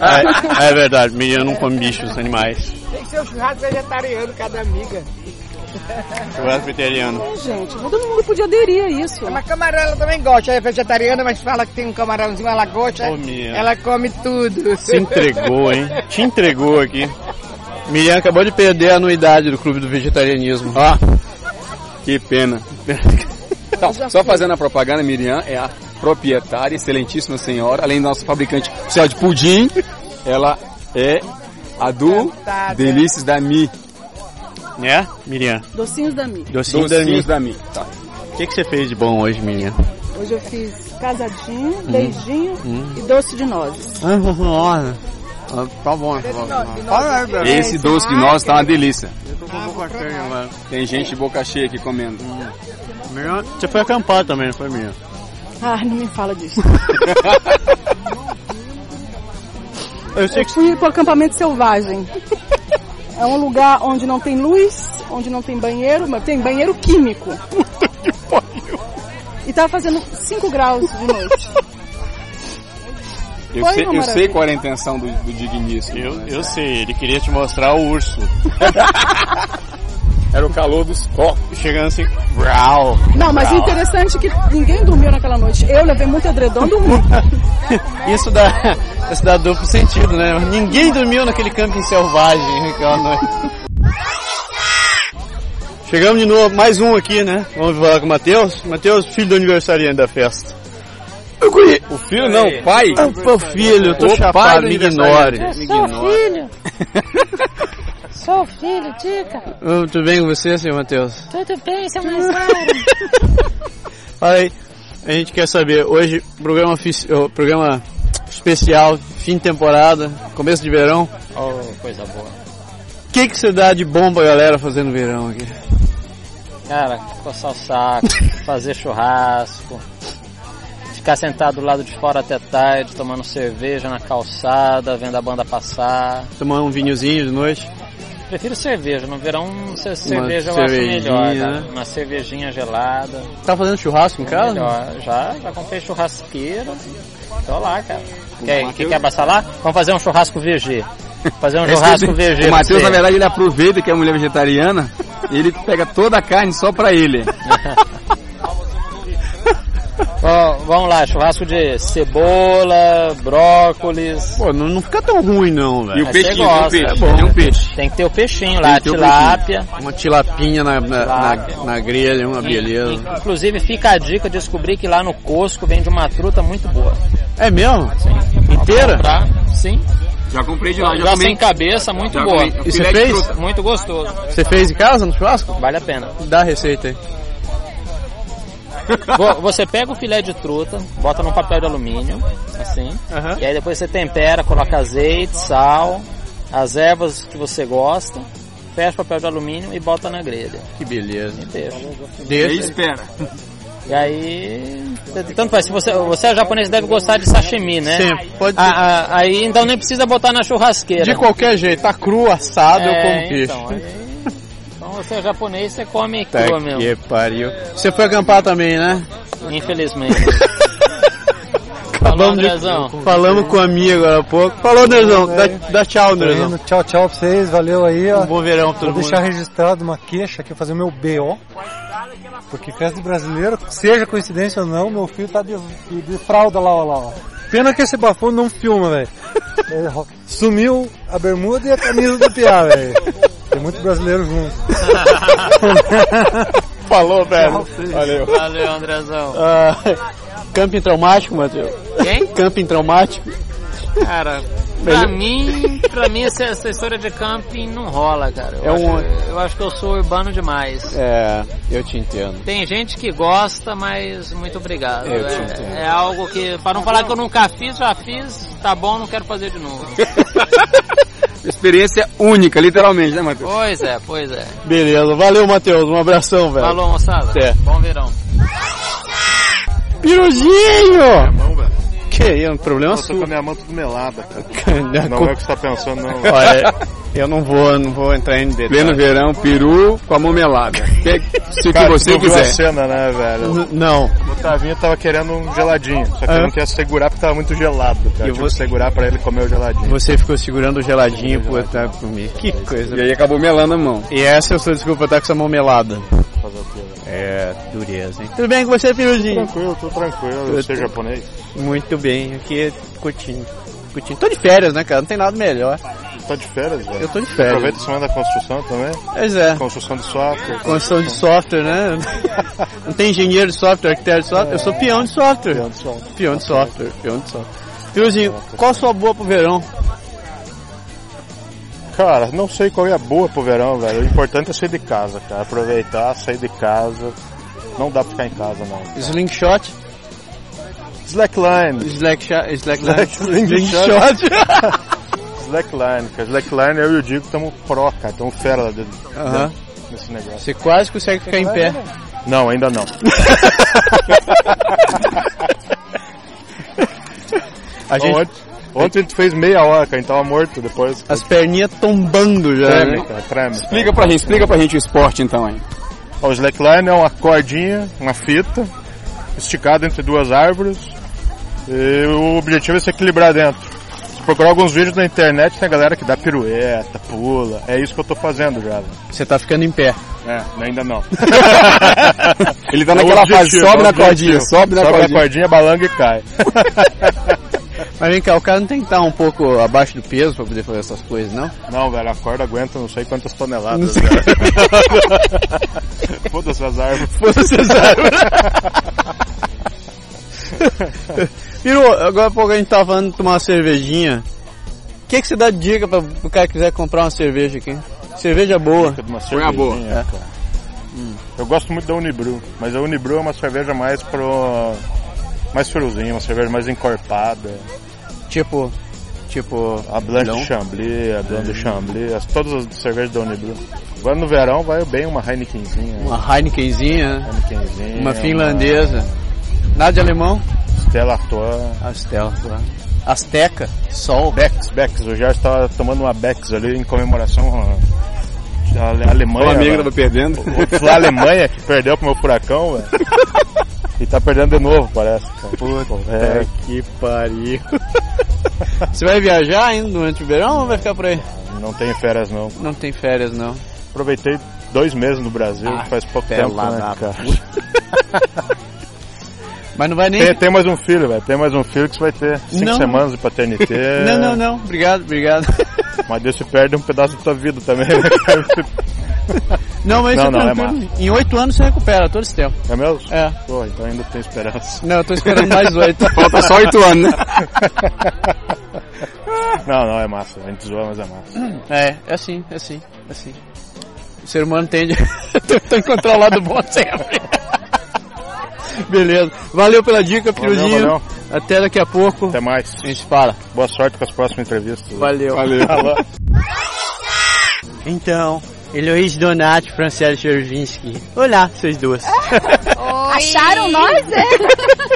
Speaker 2: Ah.
Speaker 3: É, é verdade, Miriam não come bichos, animais.
Speaker 8: Tem que ser um churrasco vegetariano, cada amiga.
Speaker 3: Churrasco vegetariano.
Speaker 7: Ai, É, gente, todo mundo podia aderir a isso.
Speaker 8: Mas camarão ela também gosta, é vegetariana, mas fala que tem um camarãozinho, ela gosta.
Speaker 3: Ô, minha.
Speaker 8: Ela come tudo.
Speaker 3: Se entregou, hein? Te entregou aqui. Miriam acabou de perder a anuidade do Clube do Vegetarianismo.
Speaker 2: Ah, que pena. Então, só fazendo a propaganda, Miriam é a proprietária, excelentíssima senhora, além do nosso fabricante oficial de pudim, ela é a do Delícias da Mi.
Speaker 3: Né, Miriam?
Speaker 7: Docinhos da Mi.
Speaker 3: Docinho da Miriam.
Speaker 2: Docinhos da Mi. Tá.
Speaker 3: O que, que você fez de bom hoje, Miriam?
Speaker 7: Hoje eu fiz casadinho,
Speaker 3: Uhum.
Speaker 7: beijinho e doce de nozes.
Speaker 3: Ah, nossa. Tá bom, tá bom. Para, velho.
Speaker 2: Esse doce de nós tá uma delícia.
Speaker 3: Eu tô com bactéria, mano.
Speaker 2: Tem gente de boca cheia aqui comendo.
Speaker 3: Hum. Miriam, Você foi acampar também, não foi, Miriam?
Speaker 7: Ah, não me fala disso.
Speaker 3: Eu sei que
Speaker 7: Fui pro acampamento selvagem. É um lugar onde não tem luz, onde não tem banheiro, mas tem banheiro químico. E tava fazendo 5 graus de noite.
Speaker 2: Eu
Speaker 7: Foi
Speaker 2: sei,
Speaker 7: uma
Speaker 2: eu sei
Speaker 7: maravilha.
Speaker 2: qual era a intenção do, do digníssimo.
Speaker 3: Eu,
Speaker 2: né?
Speaker 3: eu sei, ele queria te mostrar o urso.
Speaker 2: Era o calor dos corpos.
Speaker 3: Chegando assim, brau.
Speaker 7: Não, mas o
Speaker 3: brau.
Speaker 7: interessante é que ninguém dormiu naquela noite. Eu levei muito edredom dormi.
Speaker 3: Isso dá, isso dá duplo sentido, né? Ninguém dormiu naquele camping selvagem aquela noite. Chegamos de novo, mais um aqui, né? Vamos falar com o Matheus. Matheus, filho do aniversariante da festa.
Speaker 2: O filho não, o pai.
Speaker 3: Opa, Ah, filho, eu tô
Speaker 2: Opa,
Speaker 3: chapado, me
Speaker 2: aniversariante.
Speaker 3: ignore. Me
Speaker 6: Sou
Speaker 3: ignore.
Speaker 6: filho. Sou filho, dica.
Speaker 3: Ô, Tudo bem com você, senhor Matheus?
Speaker 6: Tudo bem, seu Marcelo?
Speaker 3: Fala aí. A gente quer saber, hoje, programa, ofici- ô, programa especial, fim de temporada, começo de verão.
Speaker 9: Oh, coisa boa.
Speaker 3: O que, que você dá de bom pra galera fazer no verão aqui?
Speaker 9: Cara, coçar o saco, fazer churrasco, ficar sentado do lado de fora até tarde, tomando cerveja na calçada, vendo a banda passar.
Speaker 3: Tomar um vinhozinho de noite?
Speaker 9: Prefiro cerveja, no verão ce- cerveja eu acho
Speaker 3: cervejinha,
Speaker 9: melhor, cara.
Speaker 3: né?
Speaker 9: Uma cervejinha gelada,
Speaker 3: Tá fazendo churrasco em casa?
Speaker 9: É melhor. Já, já comprei churrasqueira, tô lá, cara. Quer, quer, quer abassalar? Vamos fazer um churrasco VG. Fazer um
Speaker 2: É isso que
Speaker 9: churrasco
Speaker 2: eu digo.
Speaker 9: VG.
Speaker 2: O Matheus,
Speaker 9: pra
Speaker 2: na
Speaker 9: você.
Speaker 2: verdade, ele aproveita que é mulher vegetariana e ele pega toda a carne só pra ele.
Speaker 9: Ó, Vamos lá, churrasco de cebola, brócolis,
Speaker 3: Pô, não, não fica tão ruim não,
Speaker 2: E
Speaker 3: velho.
Speaker 2: o
Speaker 9: Mas você
Speaker 2: peixinho, tem um
Speaker 9: gosta,
Speaker 2: peixe.
Speaker 9: é bom.
Speaker 2: tem um peixe.
Speaker 9: Tem que ter o peixinho lá, a
Speaker 2: que ter o
Speaker 9: tilápia.
Speaker 3: Uma tilapinha na, na, na, na grelha, uma beleza.
Speaker 9: In- Inclusive fica a dica, descobri que lá no Cosco vende uma truta muito boa.
Speaker 3: É mesmo? Inteira?
Speaker 9: Tá? Sim.
Speaker 2: Já comprei de lá, já
Speaker 9: Já sem
Speaker 2: também.
Speaker 9: cabeça, muito
Speaker 2: Já
Speaker 9: boa.
Speaker 2: comi.
Speaker 3: E você
Speaker 2: Filé de
Speaker 3: fez?
Speaker 2: truta.
Speaker 9: Muito gostoso.
Speaker 3: Você fez em casa no churrasco?
Speaker 9: Vale a pena.
Speaker 3: Dá a receita aí.
Speaker 9: Vo- Você pega o filé de truta, bota num papel de alumínio, assim.
Speaker 3: Aham.
Speaker 9: E aí depois você tempera, coloca azeite, sal, as ervas que você gosta. Fecha o papel de alumínio e bota na grelha.
Speaker 3: Que beleza.
Speaker 9: Deixa.
Speaker 2: E aí,
Speaker 3: Deixa.
Speaker 2: espera.
Speaker 9: E aí. Tanto faz, se você, você é japonês deve gostar de sashimi, né?
Speaker 3: Sempre. Pode-
Speaker 9: Ah, ah, aí então nem precisa botar na churrasqueira.
Speaker 3: De qualquer jeito, tá cru, assado, eu
Speaker 9: é,
Speaker 3: como peixe.
Speaker 9: Então, aí, então você é japonês, você come
Speaker 3: Tá
Speaker 9: crua mesmo.
Speaker 3: que pariu. Você foi acampar também, né?
Speaker 9: Infelizmente. Falou, Andrezão.
Speaker 3: Falamos com a minha agora há pouco. Falou, Nerzão. Dá, dá tchau, Nerzão.
Speaker 5: Tchau, tchau pra vocês, valeu aí, ó.
Speaker 3: Um bom verão
Speaker 5: Vou
Speaker 3: pra todo mundo.
Speaker 5: deixar registrado uma queixa aqui, fazer o meu BO. Porque festa de brasileiro, seja coincidência ou não, meu filho tá de, de- de fralda lá, ó, lá, ó. Pena que esse bafão não filma, velho. É, ó, Sumiu a bermuda e a camisa do piá, velho. Tem muito brasileiro junto.
Speaker 3: Falou, velho.
Speaker 9: Valeu, Andrezão.
Speaker 3: Ah, camping traumático, Matheus?
Speaker 9: Quem?
Speaker 3: Camping traumático?
Speaker 9: Cara, pra mim, pra mim essa, essa história de camping não rola, cara. Eu,
Speaker 3: É um-
Speaker 9: acho, eu acho que eu sou urbano demais.
Speaker 3: É, eu te entendo.
Speaker 9: Tem gente que gosta, mas muito obrigado.
Speaker 3: Eu te
Speaker 9: É,
Speaker 3: entendo.
Speaker 9: é algo que, pra não falar que eu nunca fiz, já fiz, tá bom, não quero fazer de novo.
Speaker 2: Experiência única, literalmente, né, Matheus?
Speaker 9: pois é, pois é.
Speaker 3: Beleza, valeu Matheus, um abração, velho. É.
Speaker 9: Falou, moçada.
Speaker 3: Até.
Speaker 9: Bom verão.
Speaker 3: Piruzinho! Que aí, é um problema
Speaker 10: Eu tô com a
Speaker 3: seu.
Speaker 10: minha mão tudo melada, cara.
Speaker 3: Cara,
Speaker 10: Não é o que você tá pensando, não.
Speaker 3: Olha, eu não vou, não vou entrar em detalhe.
Speaker 2: Pleno verão, peru com a mão melada. Que- Se o que
Speaker 10: Cara,
Speaker 2: você
Speaker 10: tu viu a
Speaker 2: quiser.
Speaker 10: cena, né, velho?
Speaker 3: N- Não,
Speaker 10: O Tavinho tava querendo um geladinho, só que
Speaker 3: Ah.
Speaker 10: eu não queria segurar porque tava muito gelado, cara. Tipo,
Speaker 3: Eu
Speaker 10: Eu
Speaker 3: vou-
Speaker 10: vou segurar pra ele comer o geladinho.
Speaker 3: você ficou segurando o geladinho por estar por mim. Que coisa.
Speaker 2: E aí acabou melando a mão.
Speaker 3: E essa é a sua desculpa, tá com essa mão melada. É, dureza, hein? Tudo bem com você, Piruzinho?
Speaker 10: Tranquilo, tô tranquilo,
Speaker 3: Eu
Speaker 10: eu sou
Speaker 3: tô-
Speaker 10: japonês.
Speaker 3: Muito bem, aqui é Coutinho. Coutinho. Tô de férias, né, cara? Não tem nada melhor.
Speaker 10: Tá de férias, velho?
Speaker 3: Eu tô de
Speaker 10: Aproveita
Speaker 3: férias.
Speaker 10: a semana da construção também.
Speaker 3: Pois é.
Speaker 10: Construção de software.
Speaker 3: Construção de software, né? Não tem engenheiro de software, arquiteto de software. Eu sou peão de software.
Speaker 10: Construção de software.
Speaker 3: Peão de software, peão de software. Piozinho, qual a sua boa pro verão?
Speaker 10: Cara, não sei qual é a boa pro verão, velho. O importante é sair de casa, cara. Aproveitar, sair de casa. Não dá pra ficar em casa, não.
Speaker 3: Slingshot?
Speaker 10: Slackline.
Speaker 3: Slackshot? Slackline?
Speaker 10: Slingshot. Slackline, cara. Slackline, eu e o Digo estamos pró, cara. Estamos fera lá dentro
Speaker 3: Aham.
Speaker 10: nesse negócio. né?
Speaker 3: Você quase consegue ficar em pé.
Speaker 10: Não, ainda não.
Speaker 3: A gente,
Speaker 10: Ontem, Ontem a gente fez meia hora, cara, a gente tava morto depois.
Speaker 3: As perninhas tombando já.
Speaker 10: Treme,
Speaker 3: né?
Speaker 10: cara, treme.
Speaker 2: Explica pra gente, explica pra gente o esporte então, hein?
Speaker 10: Ó, o slackline é uma cordinha, uma fita, esticada entre duas árvores. E o objetivo é se equilibrar dentro. Se procurar alguns vídeos na internet, tem a galera que dá pirueta, pula. É isso que eu tô fazendo já. velho.
Speaker 3: Você tá ficando em pé.
Speaker 10: É, ainda não.
Speaker 2: Ele tá
Speaker 10: É o
Speaker 2: naquela fase,
Speaker 10: objetivo,
Speaker 2: sobe
Speaker 10: é o
Speaker 2: na cordinha,
Speaker 10: objetivo.
Speaker 2: sobe na
Speaker 10: Sobe na
Speaker 2: cordinha.
Speaker 10: cordinha, balanga e cai.
Speaker 3: Mas vem cá, o cara não tem que estar um pouco abaixo do peso pra poder fazer essas coisas, não?
Speaker 10: Não, velho, a corda aguenta não sei quantas
Speaker 3: Não
Speaker 10: toneladas.
Speaker 3: sei.
Speaker 10: velho. Foda-se as árvores.
Speaker 3: Foda-se as árvores. Piru, agora há pouco a gente tava falando de tomar uma cervejinha. O que, que você dá de dica pra o cara que quiser comprar uma cerveja aqui? Cerveja boa.
Speaker 10: Fica de uma
Speaker 2: Põe a boa.
Speaker 10: cervejinha, cara. Hum. Eu gosto muito da Unibrew, mas a Unibrew é uma cerveja mais pro. mais friozinha, uma cerveja mais encorpada.
Speaker 3: Tipo. Tipo.
Speaker 10: A Blanche
Speaker 3: Não? Hum.
Speaker 10: de Chambly, a Blanche de Chambly, as, todas as cervejas da Unibrew. Agora no verão vai bem uma Heinekenzinha.
Speaker 3: Uma Heinekenzinha, né?
Speaker 10: Heinekenzinha.
Speaker 3: uma finlandesa. Nada de alemão?
Speaker 10: Uma Stella Artois.
Speaker 3: Astela. Azteca. Sol.
Speaker 10: Becks, Becks. O Gerson estava tomando uma Becks ali em comemoração à à Alemanha.
Speaker 2: O amigo
Speaker 10: velho.
Speaker 2: tava perdendo.
Speaker 10: Outro lá, a Alemanha, que perdeu pro meu furacão, velho. E tá perdendo de novo, parece. cara. Puta, é,
Speaker 3: que pariu. Você vai viajar ainda durante o verão ou vai ficar por aí?
Speaker 10: não tem férias não.
Speaker 3: Não tem férias, não.
Speaker 10: Aproveitei dois meses no Brasil,
Speaker 3: Ah,
Speaker 10: faz pouco
Speaker 3: pela
Speaker 10: tempo, né,
Speaker 3: da
Speaker 10: cara.
Speaker 3: Mas não vai nem.
Speaker 10: Tem, tem mais um filho, velho. Tem mais um filho que você vai ter cinco
Speaker 3: Não.
Speaker 10: semanas de paternidade.
Speaker 3: Não, não, não. Obrigado, obrigado.
Speaker 10: Mas Deus se perde um pedaço da tua vida também. né, cara?
Speaker 3: Não, mas
Speaker 10: Não,
Speaker 3: isso
Speaker 10: não,
Speaker 3: é
Speaker 10: é
Speaker 3: tranquilo. em oito anos você recupera, todo esse tempo.
Speaker 10: É mesmo?
Speaker 3: É.
Speaker 10: Pô, então ainda tem esperança.
Speaker 3: Não, eu tô esperando mais oito.
Speaker 2: Falta só oito anos, né?
Speaker 10: Não, não, é massa. A gente zoa, mas é massa.
Speaker 3: É, é assim, é assim, é assim. O ser humano tende a tentar encontrar o lado bom sempre. Beleza. Valeu pela dica, Pirulinho.
Speaker 10: valeu.
Speaker 3: Até daqui a pouco.
Speaker 10: Até mais.
Speaker 3: A gente fala.
Speaker 10: Boa sorte com as próximas entrevistas.
Speaker 3: Valeu.
Speaker 2: Valeu.
Speaker 10: Falou.
Speaker 3: Então, Heloísa Donati e Franciele Chervinsky. Olá, vocês duas.
Speaker 8: Acharam nós, é?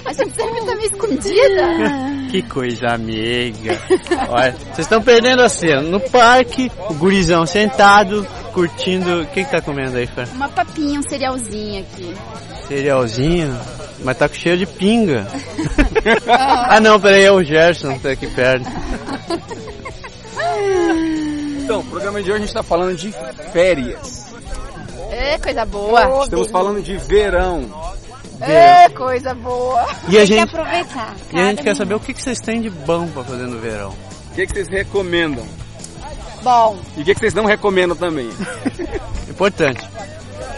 Speaker 8: Achei que você tá meio escondida.
Speaker 3: Que coisa amiga. Olha, vocês estão perdendo a cena. No parque, o gurizão sentado, curtindo... O que que tá comendo aí, Fran?
Speaker 8: Uma papinha, um cerealzinho aqui.
Speaker 3: Cerealzinho? Mas tá com cheiro de pinga. ah não, peraí, é o Gerson que tá aqui perto.
Speaker 2: Então, no programa de hoje a gente tá falando de férias.
Speaker 8: É, coisa boa.
Speaker 2: Estamos falando de verão.
Speaker 8: É, coisa boa.
Speaker 3: E a
Speaker 6: Tem
Speaker 3: gente,
Speaker 6: que aproveitar.
Speaker 3: e a gente
Speaker 6: cada
Speaker 3: quer saber o que que vocês têm de bom pra fazer no verão.
Speaker 2: O que, que vocês recomendam?
Speaker 6: Bom,
Speaker 2: E o que, que vocês não recomendam também?
Speaker 3: Importante.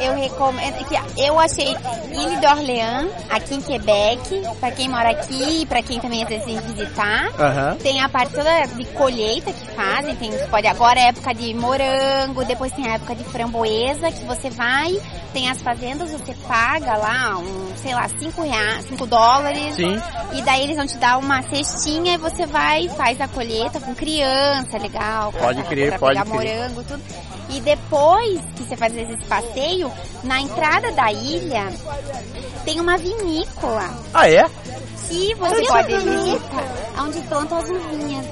Speaker 6: eu recomendo que eu achei Ilha de Orleans, aqui em Quebec, pra quem mora aqui e pra quem também às vezes vem visitar.
Speaker 3: Aham.
Speaker 6: Tem a parte toda de colheita que fazem, tem, você pode agora é época de morango, depois tem a época de framboesa que você vai, tem as fazendas, você paga lá, um, sei lá, 5 reais, 5 dólares.
Speaker 3: Sim.
Speaker 6: E daí eles vão te dar uma cestinha e você vai e faz a colheita com criança, é legal.
Speaker 3: Pode
Speaker 6: pra-
Speaker 3: crer,
Speaker 6: pra
Speaker 3: pode
Speaker 6: pegar
Speaker 3: crer.
Speaker 6: morango, tudo. E depois que você faz esse passeio, na entrada da ilha tem uma vinícola
Speaker 3: Ah é?
Speaker 6: que você pode visitar, onde plantam as uvinhas.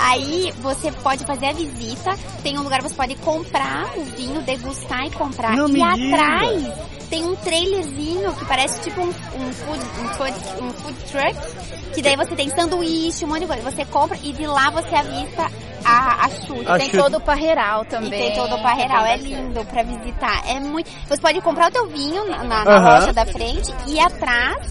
Speaker 6: Aí você pode fazer a visita, tem um lugar que você pode comprar o vinho, degustar e comprar.
Speaker 3: Não
Speaker 6: e
Speaker 3: me diga.
Speaker 6: atrás tem um trailerzinho que parece tipo um, um food, um, food, um food truck, que daí você tem sanduíche, um monte de coisa. Você compra e de lá você avista a, a chute.
Speaker 3: A
Speaker 6: tem
Speaker 3: chute.
Speaker 6: todo
Speaker 8: O parreiral também.
Speaker 6: e tem todo o parreiral, é lindo pra visitar. É muito. Você pode comprar o teu vinho na, na- na
Speaker 3: Aham.
Speaker 6: loja da frente e atrás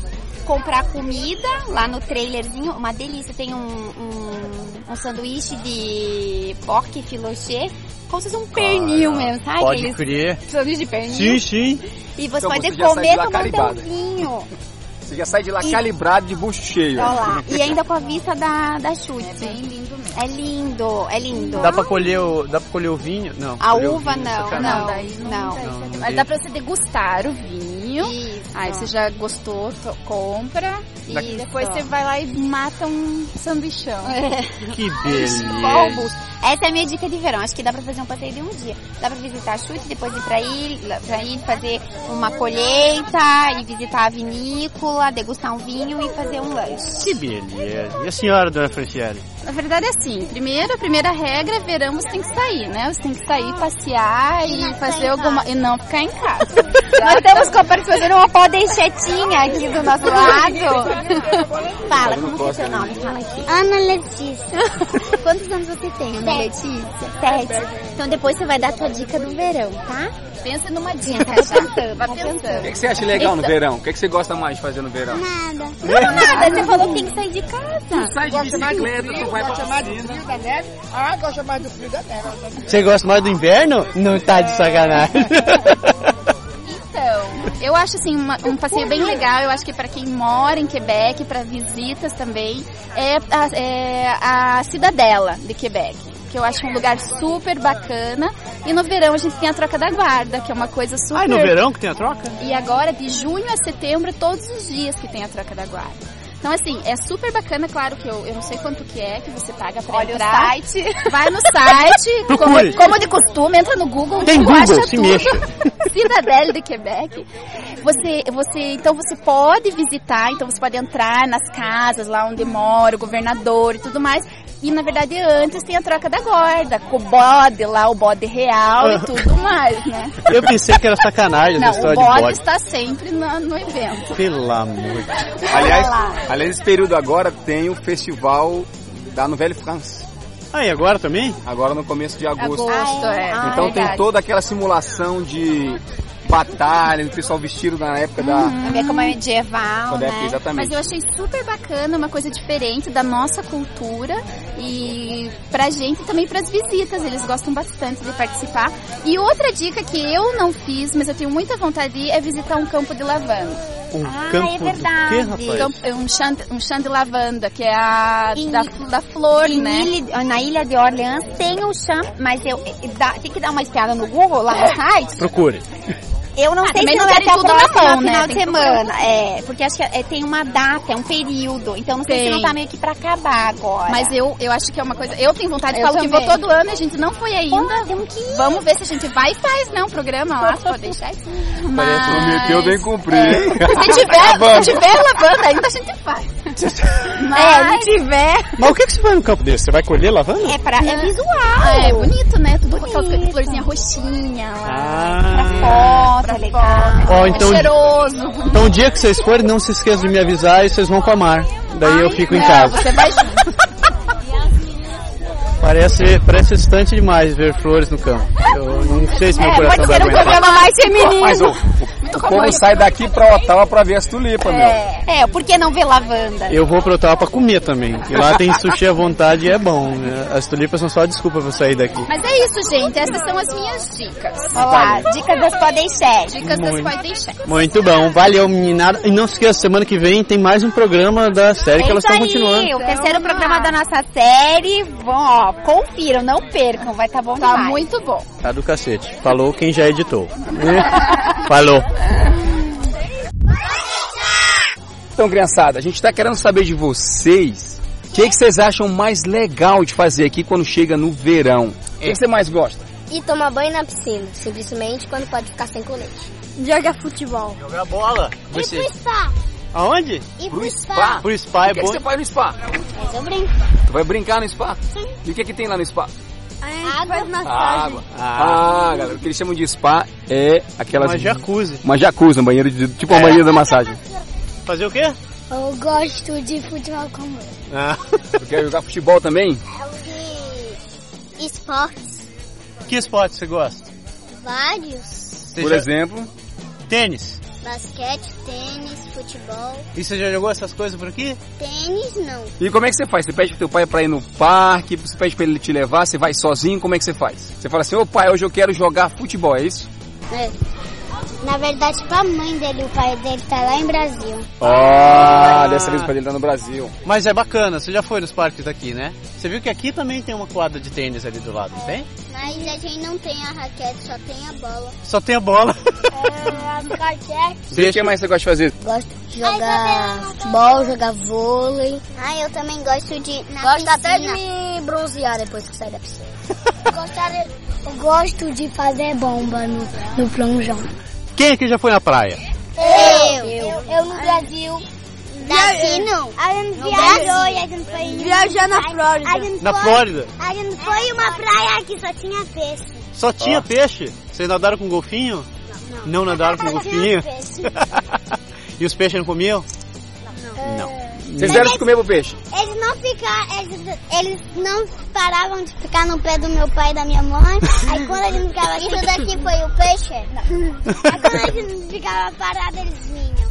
Speaker 6: comprar comida lá no trailerzinho, uma delícia. Tem um, um, um sanduíche de porc filoché, como se fosse um pernil mesmo, sabe?
Speaker 3: Pode
Speaker 6: Aqueles
Speaker 3: crer.
Speaker 6: sanduíche de pernil.
Speaker 3: Sim, sim.
Speaker 6: E você
Speaker 2: Então
Speaker 6: pode
Speaker 2: você já sai de
Speaker 6: comer
Speaker 2: lá
Speaker 6: tomando teu
Speaker 2: carimbada.
Speaker 6: vinho.
Speaker 2: Você já sai de lá
Speaker 6: E-
Speaker 2: calibrado de bucho cheio.
Speaker 6: Olha lá. E ainda com a vista da, da chute. É lindo mesmo. É lindo, é lindo.
Speaker 3: Dá pra colher o, dá pra colher o vinho? Não.
Speaker 6: A
Speaker 3: colher é o
Speaker 6: uva
Speaker 3: vinho,
Speaker 6: não,
Speaker 3: sacanagem.
Speaker 6: não, não.
Speaker 3: Não, não
Speaker 8: Mas
Speaker 3: tem.
Speaker 8: dá pra você degustar o vinho.
Speaker 6: Isso.
Speaker 11: Aí você já gostou, to- compra
Speaker 4: Daqui-
Speaker 11: e depois você vai lá e mata um sanduichão.
Speaker 3: Que
Speaker 6: Povos. Essa é a minha dica de verão. Acho que dá pra fazer um passeio de um dia. Dá pra visitar chute, depois ir pra ilha, pra ilha fazer uma colheita, ir visitar a vinícola, degustar um vinho e fazer um lanche.
Speaker 3: Que beleza. E a senhora, dona Franciele?
Speaker 11: Na verdade é assim, primeiro, a primeira regra é verão você tem que sair, né? Você tem que sair, passear e fazer alguma... E não ficar em casa.
Speaker 6: Nós estamos compartilhando uma podeixetinha aqui do nosso lado. Fala, como que é seu
Speaker 2: né?
Speaker 6: nome? Fala aqui. Ana Letícia. Quantos anos você tem, Ana Letícia? Sete. Então depois você vai dar a sua dica do verão, tá?
Speaker 11: Pensa numa
Speaker 6: dica, tá? Vai
Speaker 2: O que, que você acha legal no verão? O que, que você gosta mais de fazer no verão?
Speaker 6: Nada. Não, nada. Você falou que tem que sair de casa.
Speaker 2: Sai de bicicleta, tu vai pra piscina.
Speaker 12: da neve? Ah, gosta mais do frio da neve. tá
Speaker 3: Você gosta mais do inverno? Não tá de sacanagem.
Speaker 11: Então, eu acho assim uma- um passeio bem legal. Eu acho que para quem mora em Quebec, para visitas também, é a, é a Cidadela de Quebec, que eu acho um lugar super bacana. E no verão a gente tem a troca da guarda, que é uma coisa super.
Speaker 3: Ah, no verão que tem a troca?
Speaker 11: E agora de junho a setembro todos os dias que tem a troca da guarda. Então assim, é super bacana, claro que eu, eu não sei quanto que é que você paga pra
Speaker 6: Olha o
Speaker 11: entrar.
Speaker 6: site.
Speaker 11: Vai no site,
Speaker 6: Procure.
Speaker 11: como, como de costume, entra no Google,
Speaker 6: Tem
Speaker 11: tu
Speaker 6: Google,
Speaker 11: acha
Speaker 6: se
Speaker 11: tudo.
Speaker 6: mexa.
Speaker 11: Cidadela de Quebec. Você, você, então você pode visitar, então você pode entrar nas casas lá onde mora o governador e tudo mais. E na verdade antes tem a troca da guarda, com o bode lá, o bode real e
Speaker 3: Ah.
Speaker 11: tudo mais, né?
Speaker 3: Eu pensei que era sacanagem
Speaker 11: Não,
Speaker 3: essa
Speaker 11: o
Speaker 3: história
Speaker 11: bode,
Speaker 3: de bode.
Speaker 11: está sempre na- no evento.
Speaker 3: Pelo amor de
Speaker 2: Aliás,
Speaker 11: Olha lá.
Speaker 2: além desse período agora, tem o festival da Nouvelle France.
Speaker 3: Ah, e agora também?
Speaker 2: Agora no começo de agosto.
Speaker 11: Agosto, é. Ah,
Speaker 2: Então tem
Speaker 11: verdade.
Speaker 2: toda aquela simulação de batalha, o pessoal vestido na época da...
Speaker 11: Uhum.
Speaker 6: Também como é medieval,
Speaker 2: Quando é que-
Speaker 6: né?
Speaker 2: exatamente.
Speaker 11: Mas eu achei super bacana, uma coisa diferente da nossa cultura e pra gente e também pras visitas, eles gostam bastante de participar. E outra dica que eu não fiz, mas eu tenho muita vontade é visitar um campo de lavanda.
Speaker 3: Um campo do quê, rapaz?
Speaker 11: Ah, é Campo- é um chão, um chão de lavanda, que é a da, da flor,
Speaker 6: Em
Speaker 11: né?
Speaker 6: Ilha- na ilha de Orleans tem o chão, mas eu eh, dá- tem que dar uma espiada no Google lá no site.
Speaker 3: Procure.
Speaker 6: Eu não
Speaker 11: Ah,
Speaker 6: sei se
Speaker 11: também
Speaker 6: não
Speaker 11: não
Speaker 6: é
Speaker 11: querem
Speaker 6: até o
Speaker 11: tudo na
Speaker 6: próximo
Speaker 11: mão, né?
Speaker 6: final de
Speaker 11: Tem que
Speaker 6: semana.
Speaker 11: procurar.
Speaker 6: É, porque acho que é- tem uma data, é um período. Então não sei se
Speaker 11: Tem.
Speaker 6: não tá meio que pra acabar agora.
Speaker 11: Mas eu, eu acho que é uma coisa. Eu tenho vontade,
Speaker 6: Eu
Speaker 11: falo que vou
Speaker 6: também. um
Speaker 11: todo ano, a gente não foi ainda. Vamos ver se a gente vai e faz, né? Um programa lá, pode deixar.
Speaker 2: Parece que prometeu bem cumprir, hein?
Speaker 13: É.
Speaker 11: Se
Speaker 13: Tá
Speaker 11: tiver, se tiver lavanda ainda, a gente faz.
Speaker 6: É, se tiver.
Speaker 3: Mas o que, que você vai no campo desse? Você vai colher lavanda?
Speaker 6: É, pra, é visual.
Speaker 11: É bonito, né? Tudo com aquela florzinha roxinha lá. pra foto, é legal.
Speaker 3: Ah. Ó, então-
Speaker 11: É cheiroso.
Speaker 3: Então o dia que vocês forem, não se esqueçam de me avisar e vocês vão com a Mar. Daí eu fico em
Speaker 11: Não,
Speaker 3: casa.
Speaker 11: Você vai junto.
Speaker 3: Parece, parece distante demais ver flores no campo. Eu não sei se meu
Speaker 11: É,
Speaker 3: coração
Speaker 11: pode
Speaker 3: vai
Speaker 11: ser um
Speaker 3: aguentar.
Speaker 11: programa mais feminino.
Speaker 2: Mas o, o- o povo sai daqui pra Ottawa pra ver as tulipas, meu.
Speaker 6: É, por que não ver lavanda?
Speaker 3: Eu vou pra Ottawa pra comer também. E lá tem sushi à vontade e é bom. né? As tulipas são só desculpa pra eu sair daqui.
Speaker 11: Mas é isso, gente. Essas são as minhas dicas.
Speaker 6: Olha lá, dicas das podem ser.
Speaker 11: Dicas das
Speaker 3: Muito.
Speaker 11: podem chegar.
Speaker 3: Muito bom, valeu meninada. E não se esqueça, semana que vem tem mais um programa da série que elas
Speaker 6: É isso
Speaker 3: estão
Speaker 11: É
Speaker 6: aí,
Speaker 11: Então
Speaker 3: continuando.
Speaker 6: o terceiro programa da nossa série. Bom, ó, confiram, não percam, vai tá bom
Speaker 11: Tá
Speaker 6: demais.
Speaker 11: muito bom.
Speaker 3: Tá do cacete. Falou quem já editou. Hum? Falou.
Speaker 2: Então, criançada, a gente tá querendo saber de vocês o que, que vocês acham mais legal de fazer aqui quando chega no verão. O que, que você mais gosta?
Speaker 14: E tomar banho na piscina, simplesmente quando pode ficar sem colete. Jogar futebol.
Speaker 3: Jogar bola. Você.
Speaker 14: spa.
Speaker 3: Aonde?
Speaker 14: E pro spa.
Speaker 3: Pro spa é
Speaker 2: O que, que
Speaker 3: bom.
Speaker 2: você faz no spa?
Speaker 14: Mas eu brinco.
Speaker 2: Tu vai brincar no spa? E o que, que tem lá no spa? Ah,
Speaker 14: Água.
Speaker 2: então Água. Ah, galera, o que eles chamam de spa é aquelas.
Speaker 3: Uma jacuzzi.
Speaker 2: Uma jacuzzi, um banheiro de. Tipo uma banheira da massagem.
Speaker 3: Fazer o quê?
Speaker 14: Eu gosto de futebol comum.
Speaker 3: Ah.
Speaker 2: Tu quer jogar futebol também?
Speaker 14: Esportes.
Speaker 3: Que esporte você gosta?
Speaker 14: Vários.
Speaker 3: Você
Speaker 2: Por
Speaker 3: já-
Speaker 2: exemplo.
Speaker 3: Tênis.
Speaker 14: Basquete, tênis, futebol.
Speaker 3: E você já jogou essas coisas por aqui?
Speaker 14: Tênis não.
Speaker 2: E como é que você faz? Você pede pro teu pai pra ir no parque, você pede pra ele te levar, você vai sozinho, como é que você faz? Você fala assim, ô pai, hoje eu quero jogar futebol, é isso?
Speaker 14: É. Na verdade, tipo, a mãe dele, o pai dele tá lá em Brasil.
Speaker 2: Olha, dessa vez o pai dele tá no Brasil.
Speaker 3: Mas é bacana, você já foi nos parques daqui, né? Você viu que aqui também tem uma quadra de tênis ali do lado, não tem?
Speaker 14: Mas a gente não tem a raquete, só tem a bola.
Speaker 3: Só tem a bola.
Speaker 2: Ah.
Speaker 14: A raquete. é
Speaker 2: Vê o que mais você gosta de fazer?
Speaker 14: Gosto de jogar futebol, jogar vôlei. Ah, tá eu também gosto de. gosto até de me bronzear depois que sair da piscina. eu gosto de fazer bomba no, no plonjão.
Speaker 3: Quem aqui já foi na praia?
Speaker 14: Eu, eu, no Brasil. Daqui não. A gente viajou e a gente foi.
Speaker 15: Viajar na Flórida.
Speaker 3: Na Flórida?
Speaker 14: A gente foi uma praia que só tinha peixe.
Speaker 3: Só tinha peixe? Vocês nadaram com golfinho? Não. Não nadaram com
Speaker 14: Só
Speaker 3: golfinho?
Speaker 14: tinha um peixe.
Speaker 3: E os peixes não comiam? Não.
Speaker 2: Vocês deram de comer pro peixe?
Speaker 14: É. Eles não ficaram, eles, eles não paravam de ficar no pé do meu pai e da minha mãe. Aí quando a gente ficava Isso daqui foi o peixe? Aí quando a gente ficava parado, eles vinham.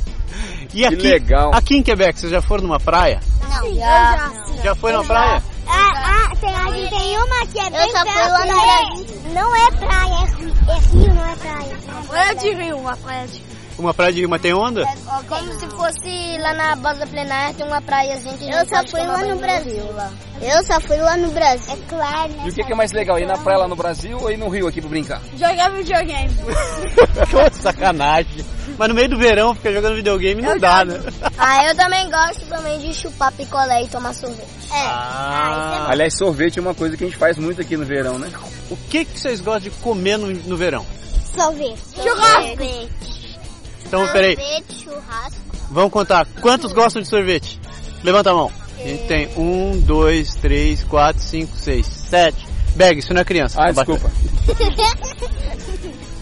Speaker 3: E aqui, legal. aqui em Quebec, vocês já foram numa praia?
Speaker 14: Não,
Speaker 3: já. Já foi na praia?
Speaker 14: Ah, ah, tem, a gente tem uma que é bem perto, não é, não é praia, é rio, é rio, não é praia.
Speaker 15: Praia de rio, uma praia de
Speaker 3: Uma praia de rima tem onda?
Speaker 14: Como se fosse lá na Bosa Plenária, tem uma praiazinha que
Speaker 2: Eu só fui lá no
Speaker 14: Brasil. Eu só fui lá no Brasil. É claro, né?
Speaker 2: E o que, que é mais legal? Ir na praia lá no Brasil ou ir no Rio aqui pra brincar?
Speaker 15: Jogar videogame.
Speaker 3: Que É sacanagem. Mas no meio do verão, ficar jogando videogame não dá, né?
Speaker 14: Ah, eu também gosto também de chupar picolé e tomar sorvete. É.
Speaker 2: Ah. Aliás, sorvete é uma coisa que a gente faz muito aqui no verão, né?
Speaker 3: O que, que vocês gostam de comer no, no verão?
Speaker 14: Sorvete.
Speaker 15: Churrasco.
Speaker 3: Então, peraí,
Speaker 14: churrasco.
Speaker 3: vamos contar. Quantos gostam de sorvete? Levanta a mão. A gente tem um, dois, três, quatro, cinco, seis, sete. Beg, isso não é criança. Ah, desculpa.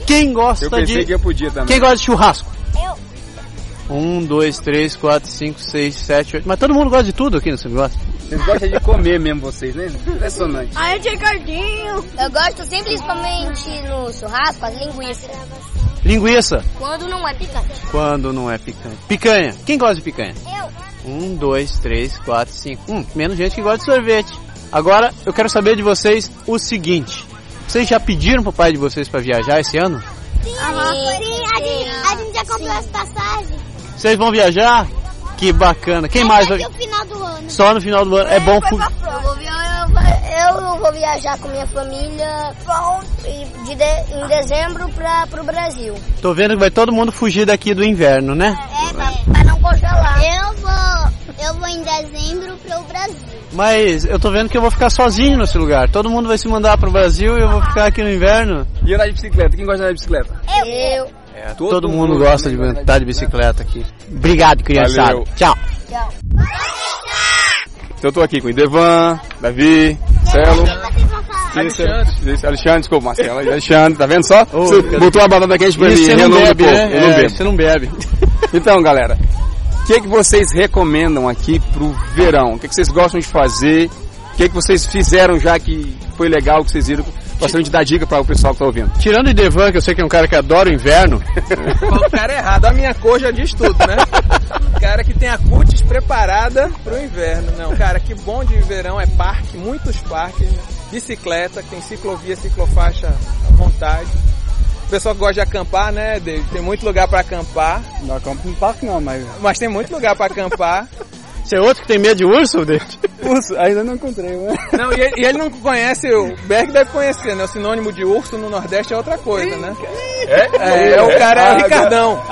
Speaker 3: Quem gosta
Speaker 2: Eu pensei
Speaker 3: de...
Speaker 2: que eu podia também.
Speaker 3: Quem gosta de churrasco? Eu. Um, dois, três, quatro, cinco, seis, sete, oito. Mas todo mundo gosta de tudo aqui, não se gosta?
Speaker 2: Vocês gostam de comer mesmo, vocês, né? Impressionante.
Speaker 14: Aí, Ricardinho. Eu gosto simplesmente no churrasco, as linguiças.
Speaker 3: Linguiça,
Speaker 14: Quando não é picante.
Speaker 3: quando não é picanha. Picanha, quem gosta de picanha?
Speaker 14: Eu.
Speaker 3: Um, dois, três, quatro, cinco. Hum, menos gente que gosta de sorvete. Agora, eu quero saber de vocês o seguinte. Vocês já pediram pro pai de vocês pra viajar esse ano?
Speaker 14: Sim, sim, a gente, a gente já comprou as passagens.
Speaker 3: Vocês vão viajar? Que bacana. Quem mais vai...
Speaker 14: Até é o final do ano.
Speaker 3: Só no final do ano. É bom... fu-
Speaker 14: Eu vou, viajar, eu vou viajar com minha família e de, de- em dezembro para pro Brasil.
Speaker 3: Tô vendo que vai todo mundo fugir daqui do inverno, né?
Speaker 14: É, Para não congelar. Eu vou, eu vou em dezembro pro Brasil.
Speaker 3: Mas eu tô vendo que eu vou ficar sozinho nesse lugar. Todo mundo vai se mandar pro Brasil e eu vou ficar aqui no inverno.
Speaker 2: E andar de bicicleta? Quem gosta de andar de bicicleta?
Speaker 14: Eu.
Speaker 2: É,
Speaker 3: Todo, mundo, gosta de andar de bicicleta aqui. Obrigado, criançada.
Speaker 2: Valeu.
Speaker 3: Tchau.
Speaker 2: Então eu tô aqui com o Idevan, Davi, Marcelo. Cícero, Cícero, Alexandre, desculpa, Marcelo. Alexandre, tá vendo só? Você
Speaker 3: cara.
Speaker 2: botou uma batata quente pra
Speaker 3: Isso
Speaker 2: mim,
Speaker 3: você não
Speaker 2: eu não
Speaker 3: bebe,
Speaker 2: bebo.
Speaker 3: né?
Speaker 2: Eu não
Speaker 3: É,
Speaker 2: bebo.
Speaker 3: você não bebe.
Speaker 2: Então, galera, o que, que vocês recomendam aqui pro verão? O que, que vocês gostam de fazer? O que, que vocês fizeram já que foi legal, que vocês viram? Gostaram de dar dica para o pessoal que tá ouvindo.
Speaker 3: Tirando o Idevan, que eu sei que é um cara que adora o inverno.
Speaker 16: O cara é errado, a minha cor já diz tudo, né? O cara que tem a cutis preparada pro inverno. Não, cara, que bom de verão é parque, muitos parques, né? bicicleta, que tem ciclovia, ciclofaixa à vontade. O pessoal que gosta de acampar, né, David? Tem muito lugar pra acampar.
Speaker 2: Não acampa no parque não, mas...
Speaker 16: Mas tem muito lugar pra acampar.
Speaker 3: Você é outro que tem medo de urso, David?
Speaker 2: Urso, ainda não encontrei, né?
Speaker 16: Não, e ele, e ele não conhece, o Berg deve conhecer, né? O sinônimo de urso no Nordeste é outra coisa, né? É, é, o cara é
Speaker 2: Ah,
Speaker 16: o Ricardão.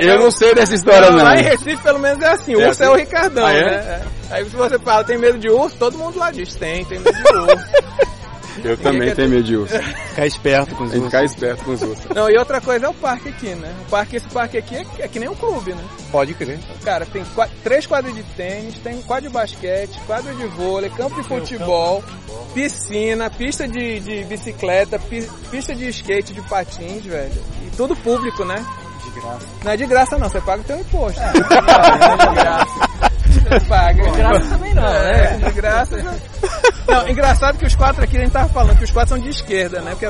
Speaker 2: Eu não sei dessa história, não.
Speaker 16: Lá em Recife, pelo menos, é assim. O
Speaker 2: É
Speaker 16: urso é o
Speaker 2: assim?
Speaker 16: Ricardão,
Speaker 2: Ah, é?
Speaker 16: né? É. Aí se você fala, tem medo de urso? Todo mundo lá diz, tem, tem medo de urso.
Speaker 2: Eu também tenho medo de urso.
Speaker 3: Ficar esperto com os
Speaker 2: ursos. Ficar esperto com os ursos.
Speaker 16: Não, e outra coisa é o parque aqui, né? O parque, esse parque aqui é, é que nem um clube, né?
Speaker 3: Pode crer.
Speaker 16: Cara, tem qua- três quadras de tênis, tem quadra de basquete, quadra de vôlei, campo de futebol, piscina, pista de, de bicicleta, pi- pista de skate, de patins, velho. E tudo público, né? De graça. Não é de graça não, você paga o teu imposto. Não é de graça. Você paga. De graça também não, né? De graça já... Não, engraçado que os quatro aqui, a gente tava falando que os quatro são de esquerda, né? Porque,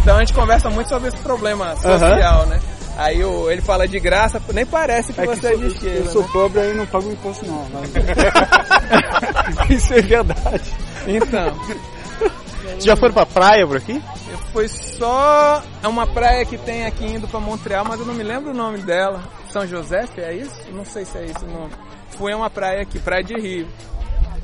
Speaker 16: então a gente conversa muito sobre esse problema social, né? Aí o- ele fala de graça, nem parece que você é de esquerda.
Speaker 12: eu sou
Speaker 16: né?
Speaker 12: pobre aí não pago imposto não. Mas...
Speaker 3: Isso é verdade.
Speaker 16: Então.
Speaker 3: Vocês já foram pra praia por aqui?
Speaker 16: Eu foi só é uma praia que tem aqui indo pra Montreal, mas eu não me lembro o nome dela. São José, é isso? Não sei se é esse o nome. Fui a uma praia aqui, praia de Rio.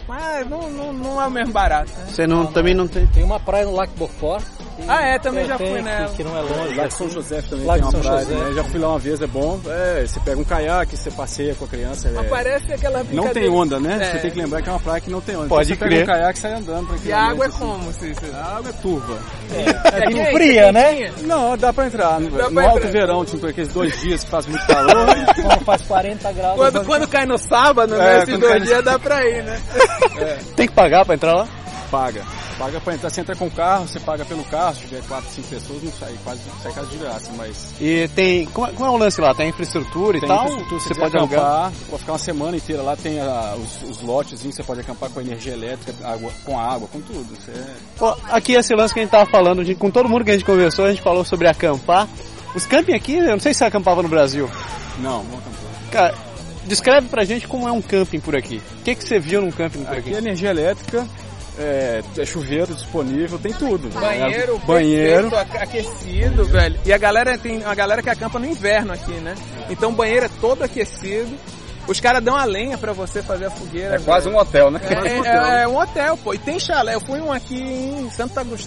Speaker 16: Mas não, não, não é o mesmo barato. né?
Speaker 3: Você não, também não tem.
Speaker 5: Tem uma praia no Lac Beaufort.
Speaker 16: Ah, é, também
Speaker 5: É,
Speaker 16: já
Speaker 5: tem
Speaker 16: fui
Speaker 5: que-
Speaker 16: nela.
Speaker 5: que não é longe,
Speaker 2: Lá
Speaker 5: né?
Speaker 2: de São José também
Speaker 5: Lá
Speaker 2: tem
Speaker 5: de
Speaker 2: uma
Speaker 5: São
Speaker 2: praia,
Speaker 5: José.
Speaker 2: né? Já fui lá uma vez, é bom. É, você pega um caiaque, você passeia com a criança. é-
Speaker 16: Mas parece aquela
Speaker 2: Não tem
Speaker 16: brincadeira-
Speaker 2: onda, né?
Speaker 16: É.
Speaker 2: Você tem que lembrar que é uma praia que não tem onda.
Speaker 16: Pode
Speaker 2: você
Speaker 16: crer.
Speaker 2: pega um caiaque e sai andando pra
Speaker 16: E a água é como, Cícero?
Speaker 2: A água é turva.
Speaker 16: É. É quente,
Speaker 2: fria,
Speaker 16: é
Speaker 2: né?
Speaker 16: quentinha?
Speaker 2: Não, dá pra entrar. No,
Speaker 16: Dá
Speaker 2: no
Speaker 16: pra
Speaker 2: alto
Speaker 16: entrar.
Speaker 2: verão, tipo, aqueles dois dias que faz muito calor.
Speaker 5: faz 40 graus.
Speaker 16: Quando, quando cai no sábado,
Speaker 2: É,
Speaker 16: né? Esses
Speaker 2: quando cai
Speaker 16: dois
Speaker 2: no
Speaker 16: dias dá pra ir, né?
Speaker 2: Tem que pagar pra entrar lá? Paga. Paga pra entrar. Você entra com o carro, você paga pelo carro. Se tiver 4, 5 pessoas, não sai, quase sai quase de graça, mas...
Speaker 3: E tem. Como é, como é o lance lá? Tem infraestrutura e
Speaker 2: Tem
Speaker 3: tal?
Speaker 2: infraestrutura,
Speaker 3: você
Speaker 2: você
Speaker 3: pode
Speaker 2: acampar,
Speaker 3: alugar.
Speaker 2: você pode ficar uma semana inteira lá, tem ah, os, os lotes, você pode acampar com energia elétrica, água, com água, com tudo. Você é-
Speaker 3: Ó, aqui esse lance que a gente tava falando, de- com todo mundo que a gente conversou, a gente falou sobre acampar. Os camping aqui, eu não sei se você acampava no Brasil.
Speaker 2: Não, não acampou.
Speaker 3: Cara, descreve pra gente como é um camping por aqui. O que, que você viu num camping por
Speaker 2: Aqui
Speaker 3: aqui?
Speaker 2: é energia elétrica, é, é chuveiro disponível, tem tudo. né?
Speaker 16: Banheiro,
Speaker 2: banheiro.
Speaker 16: perfeito, aque- aquecido, velho. E a galera tem a galera que acampa no inverno aqui, né? Então o banheiro é todo aquecido. Os caras dão a lenha pra você fazer a fogueira.
Speaker 13: É quase
Speaker 16: velho.
Speaker 13: um hotel, né?
Speaker 16: É, é, é um hotel, pô. E tem chalé. Eu fui um aqui em Santo Agostinho.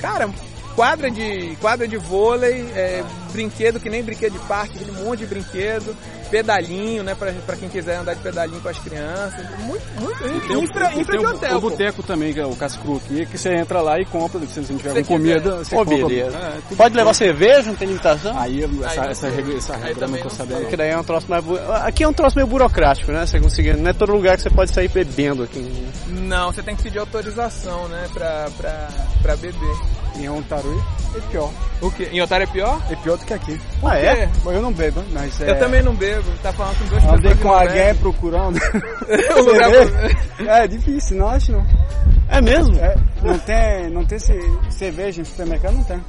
Speaker 16: Cara, quadra de quadra de vôlei, é, brinquedo que nem brinquedo de parque, aquele monte de brinquedo, pedalinho, né? Pra, pra quem quiser andar de pedalinho com as crianças. Muito, muito.
Speaker 2: E tem o-
Speaker 16: infra,
Speaker 2: e
Speaker 16: infra
Speaker 2: tem um
Speaker 16: de
Speaker 2: o-
Speaker 16: hotel.
Speaker 2: O
Speaker 16: pô.
Speaker 2: boteco também, que é o Cascru aqui, que você entra lá e compra, se você não tiver
Speaker 16: Se
Speaker 2: com comida,
Speaker 16: quiser.
Speaker 2: você
Speaker 3: Ô,
Speaker 2: compra.
Speaker 3: beleza.
Speaker 2: É, tudo
Speaker 3: Pode levar
Speaker 2: bem.
Speaker 3: cerveja, não tem limitação?
Speaker 2: Aí essa, essa regra, essa regra eu não tô sabendo.
Speaker 3: Porque daí é um troço mais. bu- Aqui é um troço meio burocrático, né? Você conseguir. Não é todo lugar que você pode sair bebendo aqui. né?
Speaker 16: Não, você tem que pedir autorização, né? Pra, pra, pra beber.
Speaker 2: Em Ontario é pior.
Speaker 16: O quê? Em Ontário é pior?
Speaker 2: É pior do que aqui.
Speaker 16: Por
Speaker 2: Ah, é?
Speaker 16: quê?
Speaker 2: Mas eu não bebo, mas é...
Speaker 16: Eu também não bebo. Tá falando com duas
Speaker 2: Andei
Speaker 16: pessoas que
Speaker 2: com é
Speaker 16: não
Speaker 2: a
Speaker 16: bebem.
Speaker 2: guerra procurando.
Speaker 16: lugar
Speaker 2: é difícil, não acho não.
Speaker 3: É mesmo?
Speaker 2: não tem, não tem ce- cerveja em supermercado, não tem.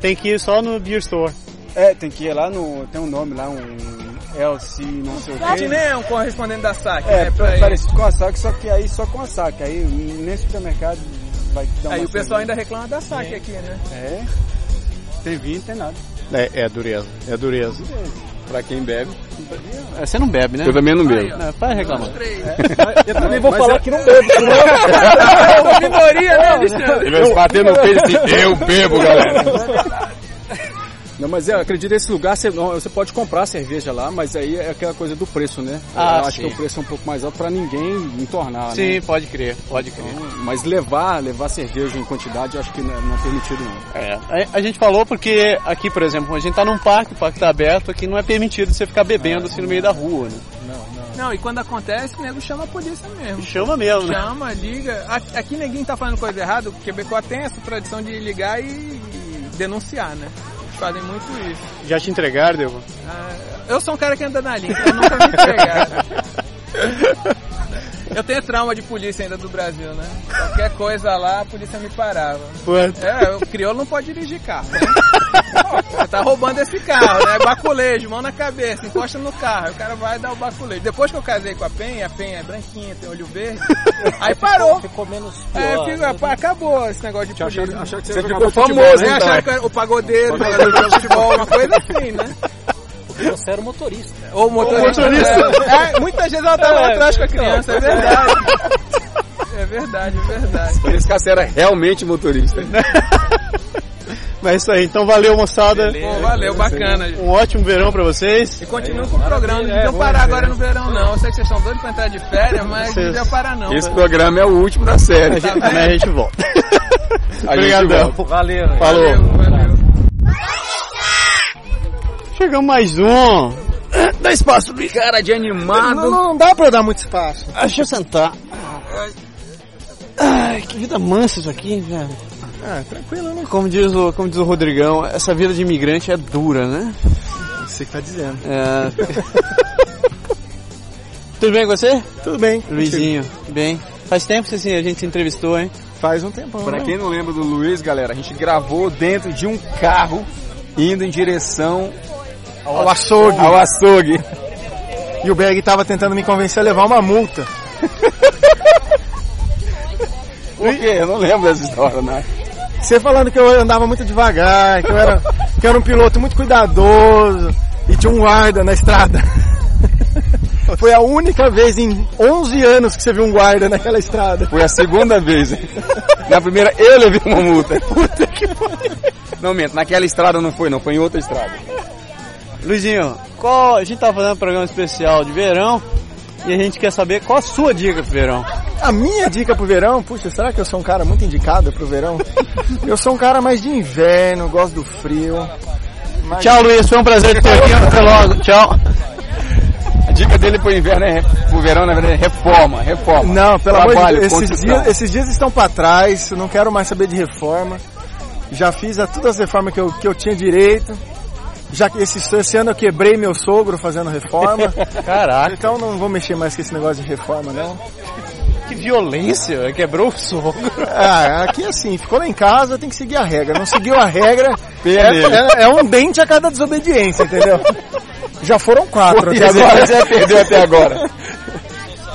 Speaker 3: Tem que ir só no beer store.
Speaker 2: É, tem que ir lá no. Tem um nome lá, um LC, não sei o quê.
Speaker 16: Sidney é um correspondente da SAC,
Speaker 2: É,
Speaker 16: né? Pra
Speaker 2: parece-
Speaker 16: ele.
Speaker 5: Com a saca, só que aí só com a saca. Aí nem supermercado vai te dar
Speaker 16: Aí
Speaker 5: uma
Speaker 16: o pessoal
Speaker 5: cerveja.
Speaker 16: ainda reclama da SAC aqui, né?
Speaker 5: É. Tem vinho, tem nada.
Speaker 2: É, é dureza, é dureza.
Speaker 13: Pra quem bebe.
Speaker 3: É, Você não bebe, né?
Speaker 13: Eu também não bebo.
Speaker 3: Não, para de reclamar. É,
Speaker 5: Eu também vou
Speaker 2: Mas
Speaker 5: falar
Speaker 2: é-
Speaker 5: que não bebo. senão-
Speaker 16: É minoria, né,
Speaker 2: Ele
Speaker 16: Alexandre?
Speaker 2: vai se bater no peito assim,
Speaker 13: eu bebo,
Speaker 5: É
Speaker 2: galera. Não, mas eu acredito que esse lugar você, não, você pode comprar cerveja lá, mas aí é aquela coisa do preço, né?
Speaker 3: Ah,
Speaker 2: eu acho
Speaker 3: sim.
Speaker 2: que o preço é um pouco mais alto pra ninguém entornar.
Speaker 3: Sim,
Speaker 2: né? Então,
Speaker 3: pode crer, pode crer.
Speaker 2: Mas levar, levar cerveja em quantidade, eu acho que não é, não é permitido não.
Speaker 3: É. A, a gente falou porque aqui, por exemplo, a gente tá num parque, o parque tá aberto, aqui não é permitido você ficar bebendo assim no meio da rua, né?
Speaker 16: Não, e quando acontece, o nego chama a polícia mesmo.
Speaker 3: Chama mesmo, né?
Speaker 16: Chama, liga. Aqui, aqui ninguém tá fazendo coisa errada, o Quebecó tem essa tradição de ligar e, e denunciar, né? Eles fazem muito isso.
Speaker 3: Já te entregaram, Devo?
Speaker 16: Ah, eu sou um cara que anda na linha, eu nunca me entregaram. Eu tenho trauma de polícia ainda do Brasil, né? Qualquer coisa lá, a polícia me parava.
Speaker 3: Puta.
Speaker 16: É, o crioulo não pode dirigir carro, né? Você tá roubando esse carro, né? Baculejo, mão na cabeça, encosta no carro. Aí O cara vai dar o baculejo. Depois que eu casei com a Penha, a Penha é branquinha, tem olho verde. Aí parou.
Speaker 5: Ficou menos né?
Speaker 16: É,
Speaker 5: pior.
Speaker 16: fica- pá, acabou esse negócio de polícia.
Speaker 2: acharam que você
Speaker 16: você
Speaker 2: era
Speaker 16: ficou
Speaker 2: jogador de
Speaker 16: famoso,
Speaker 2: futebol,
Speaker 16: né?
Speaker 2: né,
Speaker 16: Acharam
Speaker 2: então?
Speaker 16: que era o pagodeiro, jogador de futebol, uma coisa assim, né?
Speaker 5: Porque você era o motorista.
Speaker 16: Ou motorista. É, é, muitas vezes ela tava lá atrás com a criança, é verdade. É verdade, é verdade.
Speaker 13: Esse cara era realmente motorista.
Speaker 3: Mas é isso aí, então valeu moçada.
Speaker 16: Pô, valeu, bacana.
Speaker 3: Um ótimo verão pra vocês.
Speaker 16: E continua com o programa, não vão parar agora no verão não. Eu sei que vocês estão doidos pra entrar de férias, mas não deu parar não.
Speaker 13: Esse programa é o último da série.
Speaker 16: Tá
Speaker 3: Mas a gente volta. Obrigadão.
Speaker 5: Valeu.
Speaker 16: né?
Speaker 3: Falou. Chegamos mais um. Dá espaço pra mim.
Speaker 13: Cara de animado.
Speaker 5: Não, não dá pra dar muito espaço.
Speaker 3: Ah, Deixa eu sentar. Ai, que vida mansa isso aqui, hein, velho.
Speaker 5: Ah, tranquilo, né?
Speaker 3: Como diz, o, como diz o Rodrigão, essa vida de imigrante é dura, né?
Speaker 5: Você que tá dizendo.
Speaker 3: É. Tudo bem com você?
Speaker 5: Tudo bem.
Speaker 3: Luizinho, bem. Faz tempo que assim, a gente se entrevistou, hein?
Speaker 5: Faz um tempão.
Speaker 16: né?
Speaker 13: Pra quem não lembra do Luiz, galera, a gente gravou dentro de um carro indo em direção
Speaker 2: Ao açougue.
Speaker 13: Ao açougue.
Speaker 2: E o Berg tava tentando me convencer a levar uma multa.
Speaker 13: Por quê? Eu não lembro dessa história, né? Você falando que eu andava muito devagar, que eu era, que eu era um piloto muito cuidadoso e tinha um guarda na estrada. Foi a única vez em 11 anos que você viu um guarda naquela estrada.
Speaker 2: Foi a segunda vez. Na primeira eu levei uma multa. Puta que Não minto, naquela estrada não foi, não, foi em outra estrada.
Speaker 3: Luizinho, qual, a gente tá fazendo um programa especial de verão e a gente quer saber qual a sua dica pro verão.
Speaker 13: A minha dica pro verão, puxa, será que eu sou um cara muito indicado pro verão? Eu sou um cara mais de inverno, gosto do frio. Mas-
Speaker 3: Tchau, Luiz,
Speaker 2: Então,
Speaker 3: foi um prazer te ter aqui. Até logo, tchau.
Speaker 2: A dica dele pro inverno é re- pro verão, na verdade, é reforma, reforma.
Speaker 13: Não, pelo
Speaker 2: Trabalho,
Speaker 13: amor de Deus, esses
Speaker 2: construção.
Speaker 13: dias, esses dias estão pra trás, eu não quero mais saber de reforma. Já fiz a, todas as reformas que eu, que eu tinha direito. Já que esse, esse ano eu quebrei meu sogro fazendo reforma.
Speaker 3: Caraca.
Speaker 13: Então não vou mexer mais com esse negócio de reforma, não.
Speaker 3: Que violência, quebrou o sogro.
Speaker 13: Ah, aqui é assim, ficou lá em casa, tem que seguir a regra. Não seguiu a regra, é,
Speaker 3: Pena dele.
Speaker 13: é- é um dente a cada desobediência, entendeu? Já foram quatro
Speaker 2: Pois
Speaker 13: até
Speaker 2: é,
Speaker 13: agora.
Speaker 2: você perdeu até agora.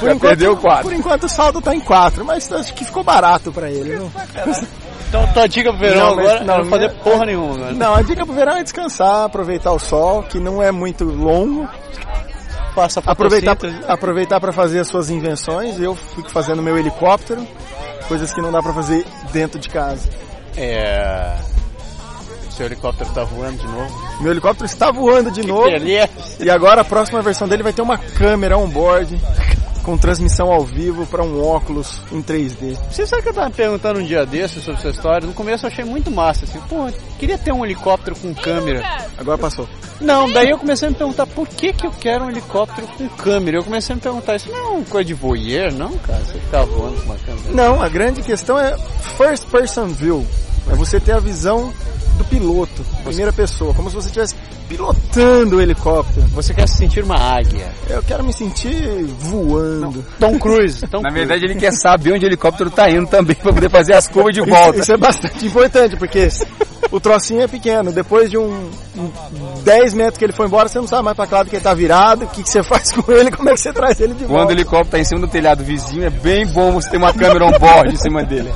Speaker 2: Já perdeu quatro.
Speaker 13: Por enquanto o saldo tá em quatro, mas acho que ficou barato pra ele. Não,
Speaker 3: Então tua dica pro verão
Speaker 13: Não, mas-
Speaker 3: agora não,
Speaker 13: não,
Speaker 3: não fazer
Speaker 13: minha-
Speaker 3: porra nenhuma, velho.
Speaker 13: não, a dica pro verão é descansar, aproveitar o sol, que não é muito longo.
Speaker 3: Faça
Speaker 13: aproveitar
Speaker 3: fotossíntese.
Speaker 13: aproveitar para fazer as suas invenções. Eu fico fazendo meu helicóptero, coisas que não dá pra fazer dentro de casa.
Speaker 3: É. Seu helicóptero tá voando de novo.
Speaker 13: Meu helicóptero está voando de novo.
Speaker 3: beleza.
Speaker 13: E agora a próxima versão dele vai ter uma câmera on-board com transmissão ao vivo para um óculos em 3D.
Speaker 3: Você sabe que eu tava perguntando um dia desses sobre essa história? No começo eu achei muito massa, assim, pô, eu queria ter um helicóptero com câmera.
Speaker 13: Agora passou.
Speaker 3: Não, daí eu comecei a me perguntar por que que eu quero um helicóptero com câmera. Eu comecei a me perguntar, isso não é uma coisa de voyeur, não, cara? Você tá voando com uma câmera.
Speaker 13: Não, a grande questão é first person view. É você ter a visão do piloto, primeira pessoa, como se você estivesse pilotando o helicóptero.
Speaker 3: Você quer se sentir uma águia?
Speaker 13: Eu quero me sentir voando.
Speaker 3: Tom Cruise. Tom
Speaker 2: Na verdade, ele quer saber onde o helicóptero tá indo também, pra poder fazer as curvas de
Speaker 13: Isso-
Speaker 2: volta.
Speaker 13: Isso, é bastante importante, porque o trocinho é pequeno. Depois de um, um 10 metros que ele foi embora, você não sabe mais pra que lado que ele tá virado, o que, que você faz com ele, como é que você traz ele de
Speaker 2: Quando o
Speaker 13: volta.
Speaker 2: helicóptero tá em cima do telhado vizinho, é bem bom você ter uma câmera on-board em cima dele.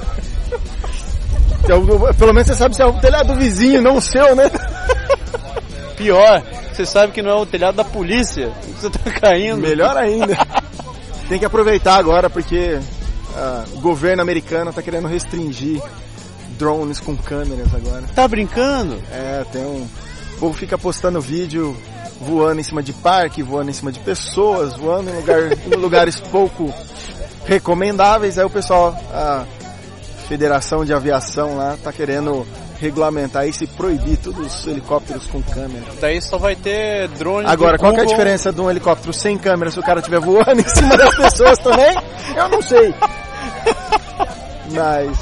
Speaker 13: Então, Pelo menos você sabe se é o telhado do vizinho, não o seu, né?
Speaker 3: Pior, você sabe que não é o telhado da polícia. Você tá caindo.
Speaker 13: Melhor ainda. Tem que aproveitar agora porque ah, o governo americano tá querendo restringir drones com câmeras agora.
Speaker 3: Tá brincando?
Speaker 13: É, tem um. O povo fica postando vídeo voando em cima de parque, voando em cima de pessoas, voando em, lugar- em lugares pouco recomendáveis. Aí o pessoal, a Federação de Aviação lá, tá querendo regulamentar isso e proibir todos os helicópteros com câmera.
Speaker 3: Daí só vai ter drone
Speaker 13: Agora,
Speaker 3: do
Speaker 13: qual que é a
Speaker 3: Google.
Speaker 13: diferença de um helicóptero sem câmera se o cara estiver voando em cima das pessoas também? Eu não sei. Mas.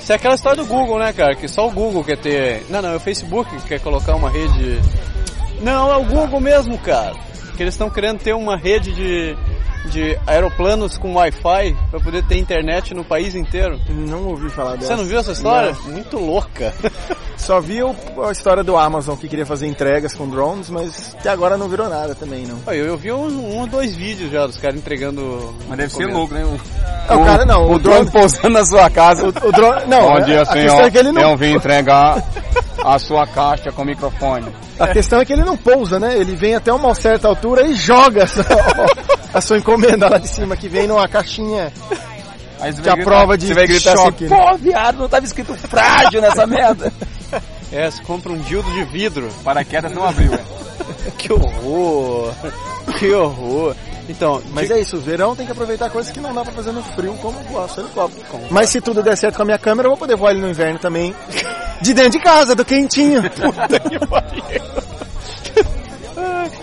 Speaker 3: Isso é aquela história do Google, né, cara? Que só o Google quer ter. Não, não, é o Facebook que quer colocar uma rede. Não, é o Google mesmo, cara. Que eles estão querendo ter uma rede de, de aeroplanos com Wi-Fi pra poder ter internet no país inteiro.
Speaker 13: Não ouvi falar
Speaker 3: Você
Speaker 13: dessa.
Speaker 3: não viu essa história?
Speaker 13: Não.
Speaker 3: Muito louca.
Speaker 13: Só vi o- a história do Amazon que queria fazer entregas com drones, mas até agora não virou nada também, não.
Speaker 3: Olha, Eu, eu vi um, um ou dois vídeos já dos caras entregando.
Speaker 2: Mas deve ser louco, né?
Speaker 13: Não, É, o cara não.
Speaker 2: O, drone pousando na sua casa. O,
Speaker 13: drone. Não,
Speaker 2: Bom dia,
Speaker 13: a
Speaker 2: senhor.
Speaker 13: questão é que ele não-
Speaker 2: Eu vim entregar a sua caixa com o microfone.
Speaker 13: A questão é que ele não pousa, né? Ele vem até uma certa altura e joga a sua, a sua encomenda lá de cima, que vem numa caixinha
Speaker 2: Aí você
Speaker 13: que
Speaker 2: vai
Speaker 13: a
Speaker 2: gritar-
Speaker 13: prova de
Speaker 2: você vai gritar
Speaker 13: choque. né?
Speaker 2: assim, pô, viado, não tava escrito frágil nessa merda.
Speaker 3: É, você compra um dildo de vidro.
Speaker 2: Paraquedas não abriu.
Speaker 3: que horror! Que horror! Então,
Speaker 13: Mas é isso, o verão tem que aproveitar coisas que não dá pra fazer no frio, como o nosso helicóptero. Mas se tudo der certo com a minha câmera, eu vou poder voar ele no inverno também. De dentro de casa, do quentinho. Puta que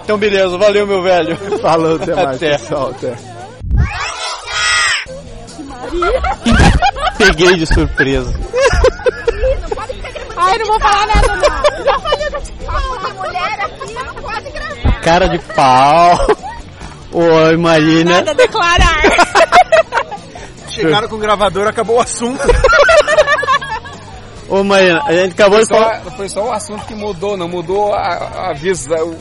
Speaker 3: Então beleza, valeu meu velho.
Speaker 13: Falou, até mais,
Speaker 3: Até.
Speaker 13: pessoal. Até.
Speaker 3: Peguei de surpresa.
Speaker 15: Ai, não vou falar nada, não. Já falei que eu te falo de mulher
Speaker 12: é
Speaker 15: aqui, não pode gravar.
Speaker 3: Cara de pau. Oi, Marina.
Speaker 15: Nada declarar.
Speaker 13: Chegaram com o gravador, acabou o assunto.
Speaker 3: Ô, Marina,
Speaker 13: Então,
Speaker 3: a gente acabou
Speaker 2: Foi
Speaker 3: de falar.
Speaker 2: só, foi só o assunto que mudou, não mudou a, a visão.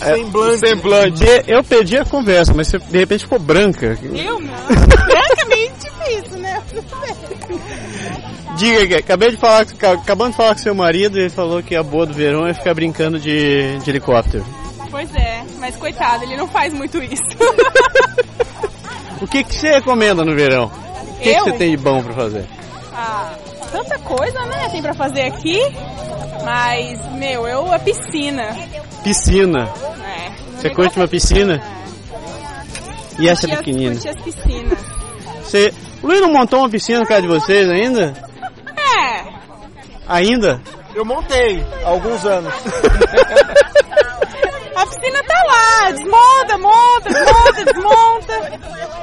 Speaker 3: É,
Speaker 13: semblante.
Speaker 3: De- Eu perdi a conversa, mas você de repente ficou branca.
Speaker 15: Eu não. Branca é meio difícil, né?
Speaker 3: Diga, que- acabei de falar, ca- acabando de falar com seu marido, ele falou que a boa do verão é ficar brincando de, de helicóptero.
Speaker 15: Pois é, mas coitado, ele não faz muito isso.
Speaker 3: O que, que você recomenda no verão? O que, que
Speaker 15: Eu?
Speaker 3: você tem de bom pra fazer?
Speaker 15: Ah, tanta coisa, né? Tem pra fazer aqui. Mas, meu, eu a piscina.
Speaker 3: Piscina.
Speaker 15: É.
Speaker 3: Você curte uma piscina? E essa pequenina?
Speaker 15: Curti as piscinas.
Speaker 3: Você... O Luiz não montou uma piscina na casa de vocês ainda?
Speaker 15: É.
Speaker 3: Ainda?
Speaker 13: Eu montei há alguns anos.
Speaker 15: A piscina tá lá, desmonta, monta, desmonta, desmonta.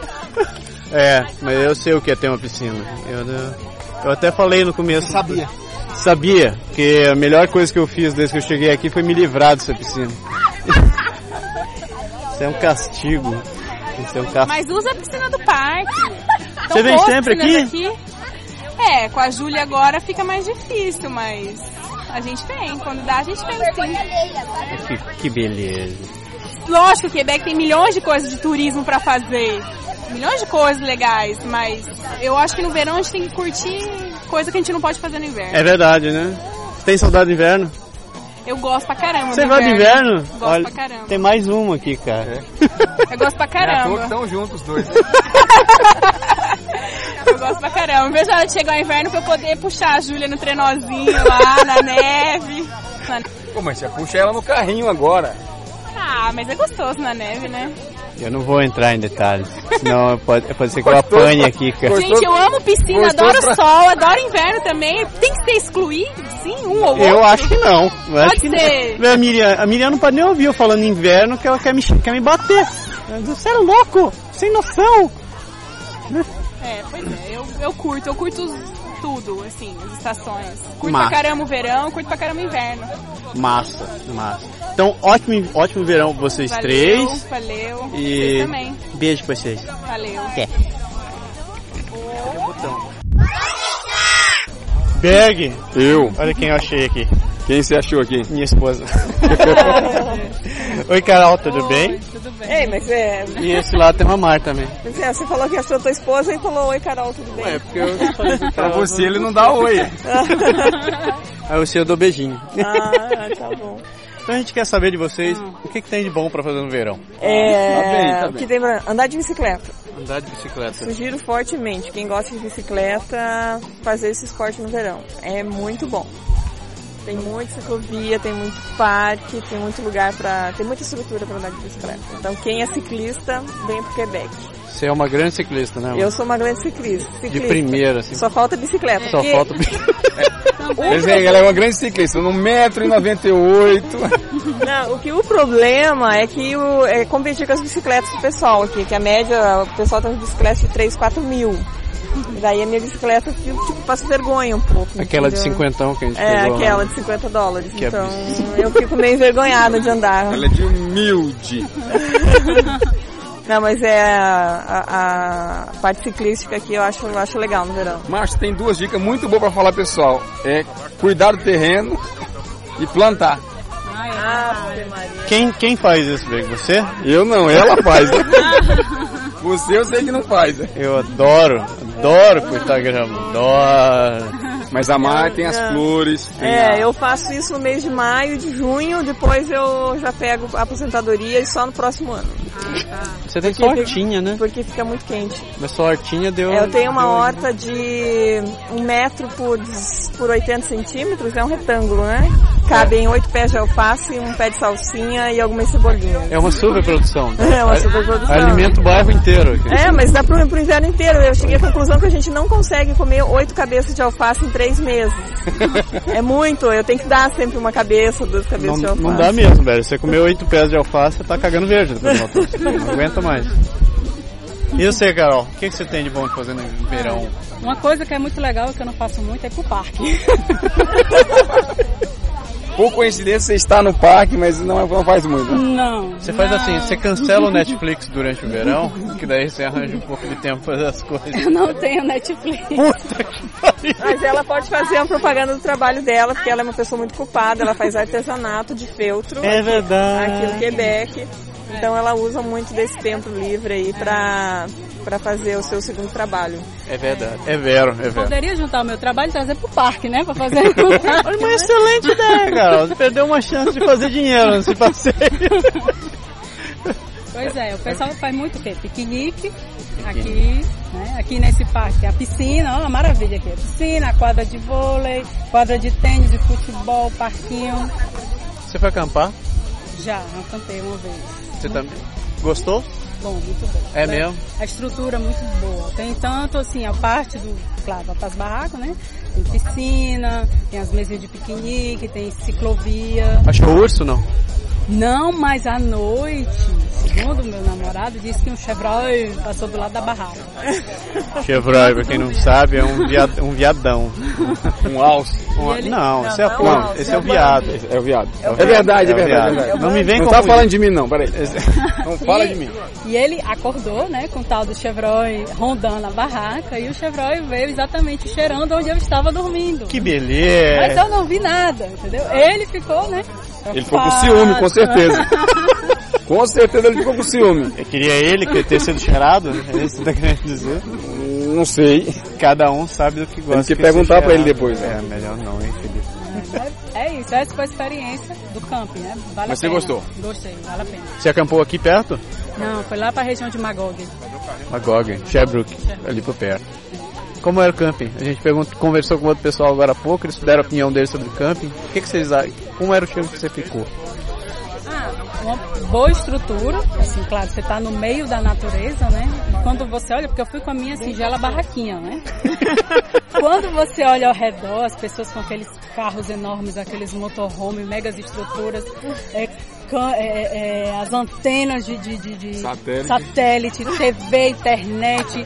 Speaker 3: É, mas eu sei o que é ter uma piscina. Eu, não- eu até falei no começo. Sabia. Sabia, que a melhor coisa que eu fiz desde que eu cheguei aqui foi me livrar dessa piscina. Isso é um castigo. Isso é um castigo.
Speaker 15: Mas usa a piscina do parque. Então,
Speaker 3: Você vem
Speaker 15: boas
Speaker 3: sempre
Speaker 15: piscinas É, com a Júlia agora fica mais difícil, mas a gente vem. Quando dá, a gente vem sim.
Speaker 3: Que, que beleza.
Speaker 15: Lógico que Quebec tem milhões de coisas de turismo pra fazer. Milhões de coisas legais, mas eu acho que no verão a gente tem que curtir coisa que a gente não pode fazer no inverno.
Speaker 3: É verdade, né? Você tem saudade do inverno?
Speaker 15: Eu gosto pra caramba.
Speaker 3: Você
Speaker 15: do
Speaker 3: vai do inverno?
Speaker 15: Gosto
Speaker 3: Olha,
Speaker 15: pra caramba.
Speaker 3: tem mais um aqui, cara.
Speaker 15: Eu gosto pra
Speaker 2: É,
Speaker 15: caramba.
Speaker 2: estão juntos os dois.
Speaker 15: Eu gosto pra caramba. Vejo a hora de chegar o inverno pra eu poder puxar a Júlia no trenozinho lá na neve.
Speaker 2: Pô, mas você puxa ela no carrinho agora.
Speaker 15: Ah, mas é gostoso na neve, né?
Speaker 3: Eu não vou entrar em detalhes, senão pode, pode ser que eu apanhe aqui, cara.
Speaker 15: Gente, eu amo piscina,
Speaker 3: Gostoso
Speaker 15: adoro
Speaker 3: pra-
Speaker 15: sol, adoro inverno também. Tem que ser excluído, sim, um ou outro.
Speaker 3: Eu acho que não. Eu acho
Speaker 15: Pode
Speaker 3: que
Speaker 15: ser.
Speaker 3: não. A Miriam, a Miriam não pode nem ouvir eu falando inverno que ela quer me, quer me bater. Ela diz, Você é louco, sem noção. Né?
Speaker 15: É, pois é, eu, eu curto, eu curto os- tudo, assim, as estações. Curto
Speaker 3: Massa.
Speaker 15: pra caramba o verão, curto pra caramba o inverno.
Speaker 3: Massa, massa. Então, ótimo, ótimo verão pra vocês
Speaker 15: valeu,
Speaker 3: três.
Speaker 15: Valeu,
Speaker 3: E
Speaker 15: vocês também.
Speaker 3: beijo pra vocês. É.
Speaker 15: Valeu.
Speaker 3: Até. Berg.
Speaker 2: Eu.
Speaker 3: Olha quem eu achei aqui.
Speaker 2: Quem você achou aqui?
Speaker 3: Minha esposa. Oi, Carol, tudo bem?
Speaker 17: Tudo bem. Ei, mas é.
Speaker 3: E esse lado tem uma Mar também.
Speaker 17: Mas é, você falou que achou tua esposa e falou: Oi, Carol, tudo bem? É, porque eu falei
Speaker 2: Pra você ele não dá oi.
Speaker 3: Aí você eu dou beijinho.
Speaker 17: Ah, tá bom.
Speaker 3: Então a gente quer saber de vocês o que, que tem de bom pra fazer no verão.
Speaker 17: É,
Speaker 3: Tá bem, tá
Speaker 17: o
Speaker 3: bem.
Speaker 17: que tem pra andar de bicicleta.
Speaker 3: Andar de bicicleta.
Speaker 17: Sugiro fortemente quem gosta de bicicleta fazer esse esporte no verão. É muito bom. Tem muita ciclovia, tem muito parque, tem muito lugar pra. tem muita estrutura pra andar de bicicleta. Então quem é ciclista, vem pro Quebec.
Speaker 3: Você é uma grande ciclista, né?
Speaker 17: Eu sou uma grande ciclista. ciclista.
Speaker 3: primeira, assim.
Speaker 17: Só falta bicicleta.
Speaker 3: Só
Speaker 17: porque-
Speaker 3: falta
Speaker 2: Ela é uma grande ciclista, 1,98m.
Speaker 17: Não, o que o problema é que o, é competir com as bicicletas do pessoal aqui, que a média, o pessoal tem uma bicicleta de 3, 4 mil. E daí a minha bicicleta, eu, tipo, passo vergonha um pouco.
Speaker 3: Aquela de
Speaker 17: entendeu?
Speaker 3: cinquentão que a gente
Speaker 17: É,
Speaker 3: pegou. lá.
Speaker 17: aquela de 50 dólares.
Speaker 3: Que
Speaker 17: então, eu fico meio envergonhada de andar.
Speaker 3: Ah.
Speaker 2: Ela é de humilde.
Speaker 17: Não, mas é a, a- a parte ciclística aqui eu acho, eu acho legal no verão.
Speaker 2: Márcio, tem duas dicas muito boas pra falar, pessoal. É cuidar do terreno e plantar.
Speaker 3: Quem, quem faz isso, Beg? Você?
Speaker 2: Eu não, ela faz. né? Você eu sei que não faz. né?
Speaker 3: Eu adoro, adoro cortar grama, adoro.
Speaker 2: Mas a Mar tem as
Speaker 17: Não.
Speaker 2: flores. Tem a-
Speaker 17: É, eu faço isso no mês de maio, de junho, depois eu já pego a aposentadoria e só no próximo ano.
Speaker 3: Você tem sua hortinha, né?
Speaker 17: Porque fica muito quente.
Speaker 3: Mas sua hortinha deu.
Speaker 17: É, Eu tenho uma
Speaker 3: deu-
Speaker 17: horta de um metro por, des- por 80 centímetros, é um retângulo, né?
Speaker 3: É.
Speaker 17: Cabem oito pés de alface, um pé de salsinha e algumas cebolinhas.
Speaker 3: É uma superprodução.
Speaker 17: É uma superprodução.
Speaker 3: Alimenta o bairro inteiro. aqui.
Speaker 17: É, mas dá pro, pro inverno inteiro. Eu cheguei à conclusão que a gente não consegue comer oito cabeças de alface em três meses. é muito, eu tenho que dar sempre uma cabeça, duas
Speaker 3: Não,
Speaker 17: cabeças de alface.
Speaker 3: não dá mesmo, velho. Você comeu oito pés de alface, você tá cagando verde. depois do almoço. Não aguenta mais. E você, Carol? O que, que você tem de bom de fazer no verão?
Speaker 18: Uma coisa que é muito legal, que eu não faço muito, é ir pro parque.
Speaker 2: Por coincidência, você está no parque, mas não, não faz muito. né?
Speaker 12: Não.
Speaker 3: Você faz assim, você cancela o Netflix durante o verão, que daí você arranja um pouco de tempo para fazer as coisas.
Speaker 15: Eu não tenho Netflix.
Speaker 17: Mas ela pode fazer uma propaganda do trabalho dela, porque ela é uma pessoa muito culpada, ela faz artesanato de feltro.
Speaker 5: É verdade.
Speaker 17: Aqui no Quebec. Então ela usa muito desse tempo livre aí pra, pra fazer o seu segundo trabalho.
Speaker 3: É verdade. É vero, é vero.
Speaker 15: Poderia juntar o meu trabalho e trazer pro parque, né? Pra fazer. uma
Speaker 3: excelente É, Carol, você perdeu uma chance de fazer dinheiro nesse passeio.
Speaker 18: Pois é, o pessoal faz muito o quê? Piquenique, aqui, né? Aqui nesse parque. A piscina, ó, uma maravilha aqui. A piscina, a quadra de vôlei, quadra de tênis, de futebol, parquinho.
Speaker 3: Você foi acampar?
Speaker 18: Já, acampei uma vez.
Speaker 3: Você também? Gostou?
Speaker 18: Bom, muito bom.
Speaker 3: É
Speaker 18: Né?
Speaker 3: mesmo?
Speaker 18: A estrutura é muito boa. Tem tanto assim, a parte do, claro, para as barracas, né? Tem piscina, tem as mesinhas de piquenique, tem ciclovia.
Speaker 3: Achou o urso não?
Speaker 18: Não, mas à noite, segundo meu namorado, disse que um Chevrolet passou do lado da barraca.
Speaker 3: Chevrolet, pra quem não sabe, é um, viad, um viadão. Um alce?
Speaker 18: ele-
Speaker 3: Não, esse é,
Speaker 18: não,
Speaker 3: o
Speaker 18: não é
Speaker 3: esse é o viado.
Speaker 2: É o viado. É verdade, é
Speaker 3: o
Speaker 2: verdade, é
Speaker 3: viado.
Speaker 2: verdade.
Speaker 3: Não me vem
Speaker 2: Não
Speaker 3: com
Speaker 2: tá falando de mim, não, peraí. Não fala
Speaker 18: E-
Speaker 2: de mim.
Speaker 18: E ele acordou, né, com o tal do Chevrolet rondando a barraca e o Chevrolet veio exatamente cheirando onde eu estava dormindo.
Speaker 3: Que beleza!
Speaker 18: Mas eu não vi nada, entendeu? Ele ficou, né?
Speaker 2: Ele ficou com ciúme, com certeza. Com certeza ele ficou com ciúme.
Speaker 3: Eu queria ele que ter sido cheirado, é isso que você tá querendo dizer?
Speaker 2: Não sei.
Speaker 3: Cada um sabe do que gosta.
Speaker 2: que
Speaker 3: de
Speaker 2: perguntar
Speaker 3: ser
Speaker 2: pra ele
Speaker 3: cheirado.
Speaker 2: depois, né?
Speaker 3: É, melhor não, hein, Felipe?
Speaker 18: É isso, essa foi a experiência do camping, né? Vale
Speaker 3: Mas
Speaker 18: a
Speaker 3: você
Speaker 18: pena.
Speaker 3: gostou?
Speaker 18: Gostei, vale a pena.
Speaker 3: Você acampou aqui perto?
Speaker 18: Não, foi lá pra região de Magog.
Speaker 3: Magog, Sherbrooke, ali por perto. Como era o camping? A gente perguntou, conversou com outro pessoal agora há pouco, eles deram a opinião deles sobre o camping. O que, que vocês acham? Como era o tempo que você ficou?
Speaker 18: Ah, uma boa estrutura, assim, claro, você tá no meio da natureza, né? E quando você olha, porque eu fui com a minha singela barraquinha, né? quando você olha ao redor, as pessoas com aqueles carros enormes, aqueles motorhome, megas estruturas, é, can- é, é, as antenas de, de, de- de
Speaker 2: Satélite.
Speaker 18: satélite, TV, internet,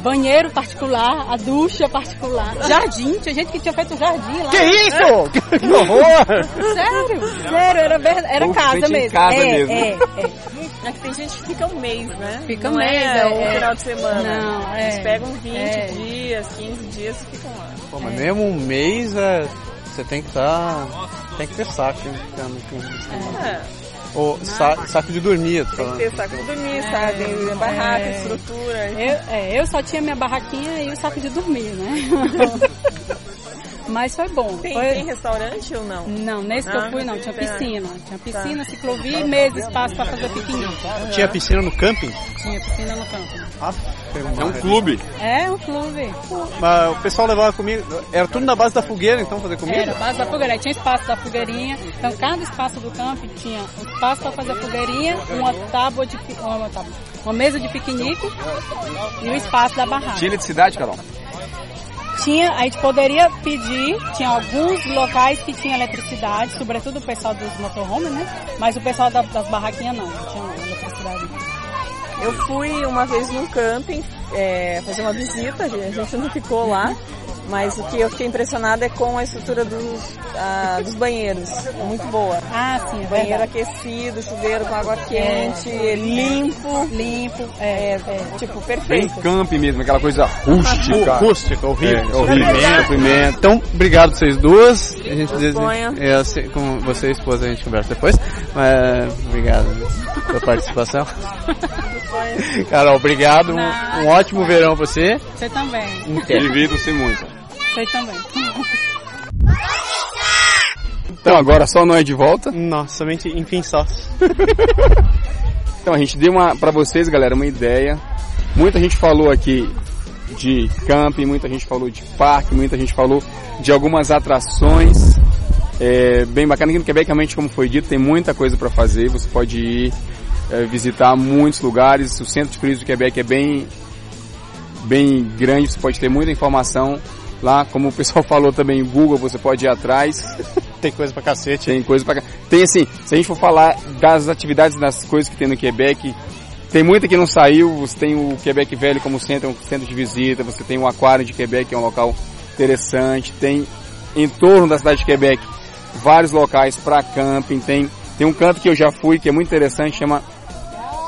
Speaker 18: banheiro particular, a ducha particular, jardim, tinha gente que tinha feito jardim lá.
Speaker 3: Que isso? Que horror!
Speaker 18: Sério, sério, era, verda- era
Speaker 3: Ou
Speaker 18: casa
Speaker 3: frente em
Speaker 18: mesmo.
Speaker 3: casa
Speaker 18: é,
Speaker 3: mesmo.
Speaker 18: É, é.
Speaker 17: Aqui tem gente que fica um mês, né?
Speaker 18: Fica um
Speaker 17: Não
Speaker 18: mês,
Speaker 17: é,
Speaker 18: é,
Speaker 17: um
Speaker 18: é.
Speaker 17: final de semana.
Speaker 18: Não,
Speaker 17: Eles
Speaker 18: é.
Speaker 17: pegam 20
Speaker 18: É.
Speaker 17: um dias, 15 dias e ficam lá.
Speaker 3: Pô, mas mesmo um mês é, você tem que estar. tem que ter saco, né?
Speaker 17: É.
Speaker 3: Ou sa- saco de dormir, eu tô
Speaker 17: Tem que
Speaker 3: falando.
Speaker 17: ter saco de dormir, sabe? Tem barraca, estrutura.
Speaker 18: É, Eu, é, eu só tinha minha barraquinha e o saco de dormir, né? Mas foi bom.
Speaker 17: Tem,
Speaker 18: foi-
Speaker 17: tem restaurante ou não?
Speaker 18: Não, nesse que
Speaker 17: Ah,
Speaker 18: eu fui não, tinha
Speaker 17: tem.
Speaker 18: piscina. Tinha piscina,
Speaker 17: Tá.
Speaker 18: ciclovia e mesa, espaço pra fazer piquenique.
Speaker 3: Tinha piscina no camping?
Speaker 18: Tinha piscina no campo.
Speaker 3: É
Speaker 2: um clube.
Speaker 18: É, um clube.
Speaker 3: Mas o pessoal levava comida. Era tudo na base da fogueira, então, fazer comida?
Speaker 18: Era a base da fogueira, tinha espaço da fogueirinha. Então cada espaço do camping tinha um espaço para fazer a fogueirinha, uma tábua de pi- uma, tábua, uma mesa de piquenique e o espaço da barraca.
Speaker 2: Tinha eletricidade, Carol?
Speaker 18: Tinha, a gente poderia pedir, tinha alguns locais que tinha eletricidade, sobretudo o pessoal dos motorhomes, né? Mas o pessoal da- das barraquinhas não, não tinha não, eletricidade.
Speaker 17: Eu fui uma vez num camping é, fazer uma visita, a gente não ficou lá, mas o que eu fiquei impressionada é com a estrutura dos, ah, dos banheiros, é muito boa.
Speaker 18: Ah, sim, é
Speaker 17: Banheiro
Speaker 18: verdade.
Speaker 17: aquecido, chuveiro com água
Speaker 18: É.
Speaker 17: quente, limpo.
Speaker 18: Limpo, é,
Speaker 17: tipo,
Speaker 2: Bem
Speaker 17: perfeito.
Speaker 2: camp mesmo, aquela coisa rústica.
Speaker 3: Rú- Rústica, horrível.
Speaker 2: É, horrível.
Speaker 3: Pimenta, pimenta. Então, obrigado vocês duas. A gente diz,
Speaker 2: Disponha.
Speaker 3: é, assim, com você e a esposa a gente conversa depois. Mas, obrigado pela participação. Carol, obrigado. Um, um ótimo verão pra você.
Speaker 18: Você também.
Speaker 2: Divirtam-se muito.
Speaker 18: Você também.
Speaker 2: Então agora só nós de volta.
Speaker 3: Nossa, somente enfim só.
Speaker 2: Então a gente deu uma para vocês, galera, uma ideia. Muita gente falou aqui de camping, muita gente falou de parque, muita gente falou de algumas atrações. É bem bacana aqui no Quebec, realmente como foi dito, tem muita coisa para fazer. Você pode ir é, visitar muitos lugares. O Centro de Turismo do Quebec é bem bem grande, você pode ter muita informação lá, como o pessoal falou também, Google, você pode ir atrás.
Speaker 3: tem coisa pra cacete.
Speaker 2: Tem coisa pra ca- Tem assim, se a gente for falar das atividades, das coisas que tem no Quebec, tem muita que não saiu, você tem o Quebec Velho como centro, é um centro de visita, você tem o Aquário de Quebec, que é um local interessante, tem em torno da cidade de Quebec, vários locais para camping. Tem, tem um canto que eu já fui, que é muito interessante, chama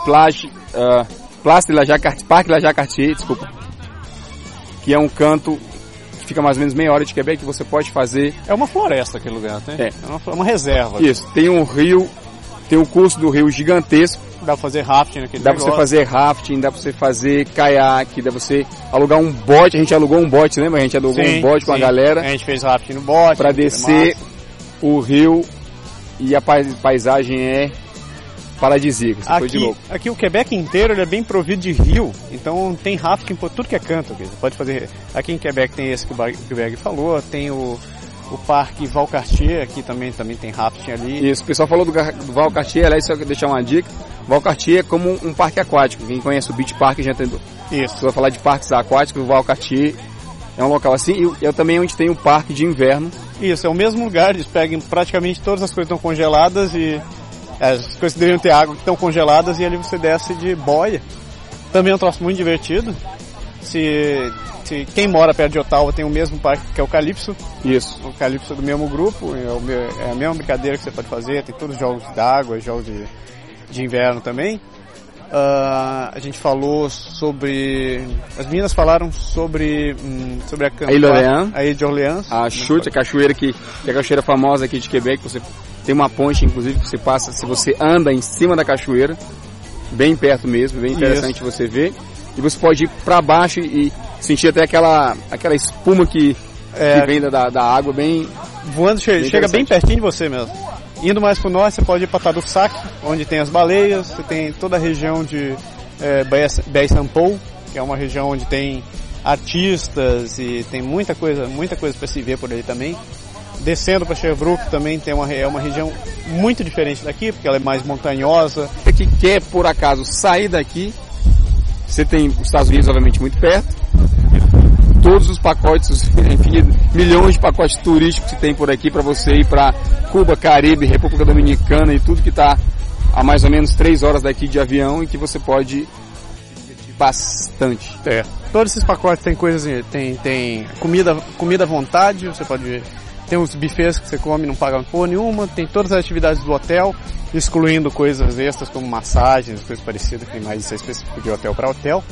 Speaker 2: Plage, ah, Place de la Jacart- Parque de la Jacartier, desculpa. Que é um canto que fica mais ou menos meia hora de Quebec, que você pode fazer
Speaker 19: É uma floresta aquele lugar, né?
Speaker 2: É.
Speaker 19: uma, flo- uma reserva.
Speaker 2: Isso, tem um rio, tem um curso do rio gigantesco.
Speaker 19: Dá pra fazer rafting naquele
Speaker 2: Dá pra você
Speaker 19: negócio.
Speaker 2: fazer rafting, dá pra você fazer caiaque, dá pra você alugar um bote. A gente alugou um bote, lembra? A gente alugou
Speaker 19: Sim,
Speaker 2: um bote com a
Speaker 19: sim.
Speaker 2: galera.
Speaker 19: A gente fez rafting no bote.
Speaker 2: Pra
Speaker 19: foi
Speaker 2: descer
Speaker 19: massa.
Speaker 2: o rio e a pais- paisagem é paradisíaca. Você foi de
Speaker 3: Aqui,
Speaker 2: louco.
Speaker 3: aqui o Quebec inteiro ele é bem provido de rio, então tem rafting por tudo que é canto. quer dizer, Pode fazer. Aqui em Quebec tem esse que o Ba- que o Berg falou, tem o, o Parque Valcartier, aqui também, também tem rafting ali.
Speaker 2: Isso, o pessoal falou do, gar- do Valcartier, aliás, só deixar uma dica. Valcartier é como um parque aquático. Quem conhece o Beach Park já entendeu.
Speaker 3: Isso.
Speaker 2: Você vai falar de parques aquáticos, o Valcartier é um local assim. E eu também é onde tem um parque de inverno.
Speaker 3: Isso, é o mesmo lugar, eles pegam praticamente todas as coisas que estão congeladas e é, as coisas que deveriam ter água que estão congeladas e ali você desce de boia. Também é um troço muito divertido. Se, se quem mora perto de Ottawa tem o mesmo parque que é o Calypso.
Speaker 2: Isso.
Speaker 3: O Calypso é do mesmo grupo, é, o me- é a mesma brincadeira que você pode fazer, tem todos os jogos d'água, jogos de, de inverno também. Ah, a gente falou sobre. As meninas falaram sobre. hum, sobre a
Speaker 2: A Ilha Orleans.
Speaker 3: A Ilha de Orleans.
Speaker 2: A chute, a cachoeira que, que é a cachoeira famosa aqui de Quebec, você tem uma ponte, inclusive, que você passa, se você anda em cima da cachoeira, bem perto mesmo, bem interessante
Speaker 3: Isso.
Speaker 2: você ver. E você pode ir para baixo e sentir até aquela, aquela espuma que,
Speaker 3: É.
Speaker 2: que vem da- da, da água, bem.
Speaker 3: Voando che-
Speaker 2: Bem
Speaker 3: chega
Speaker 2: interessante.
Speaker 3: bem pertinho de você mesmo. Indo mais pro norte, você pode ir pra Tadoussac, onde tem as baleias, você tem toda a região de é, Baía Sa- Baía Saint Paul, que é uma região onde tem artistas e tem muita coisa, muita coisa para se ver por ali também. Descendo para Sherbrooke também tem uma, re- é uma região muito diferente daqui, porque ela é mais montanhosa.
Speaker 2: Você que quer, por acaso, sair daqui, você tem os Estados Unidos, obviamente, muito perto. Todos os pacotes, os enfim, milhões de pacotes turísticos que tem por aqui para você ir para Cuba, Caribe, República Dominicana e tudo que está a mais ou menos três horas daqui de avião e que você pode bastante.
Speaker 3: É. Todos esses pacotes tem coisas, tem, tem comida, comida à vontade, você pode tem uns buffets que você come e não paga porra nenhuma, tem todas as atividades do hotel, excluindo coisas extras como massagens, coisas parecidas, que tem mais isso é específico de hotel para hotel.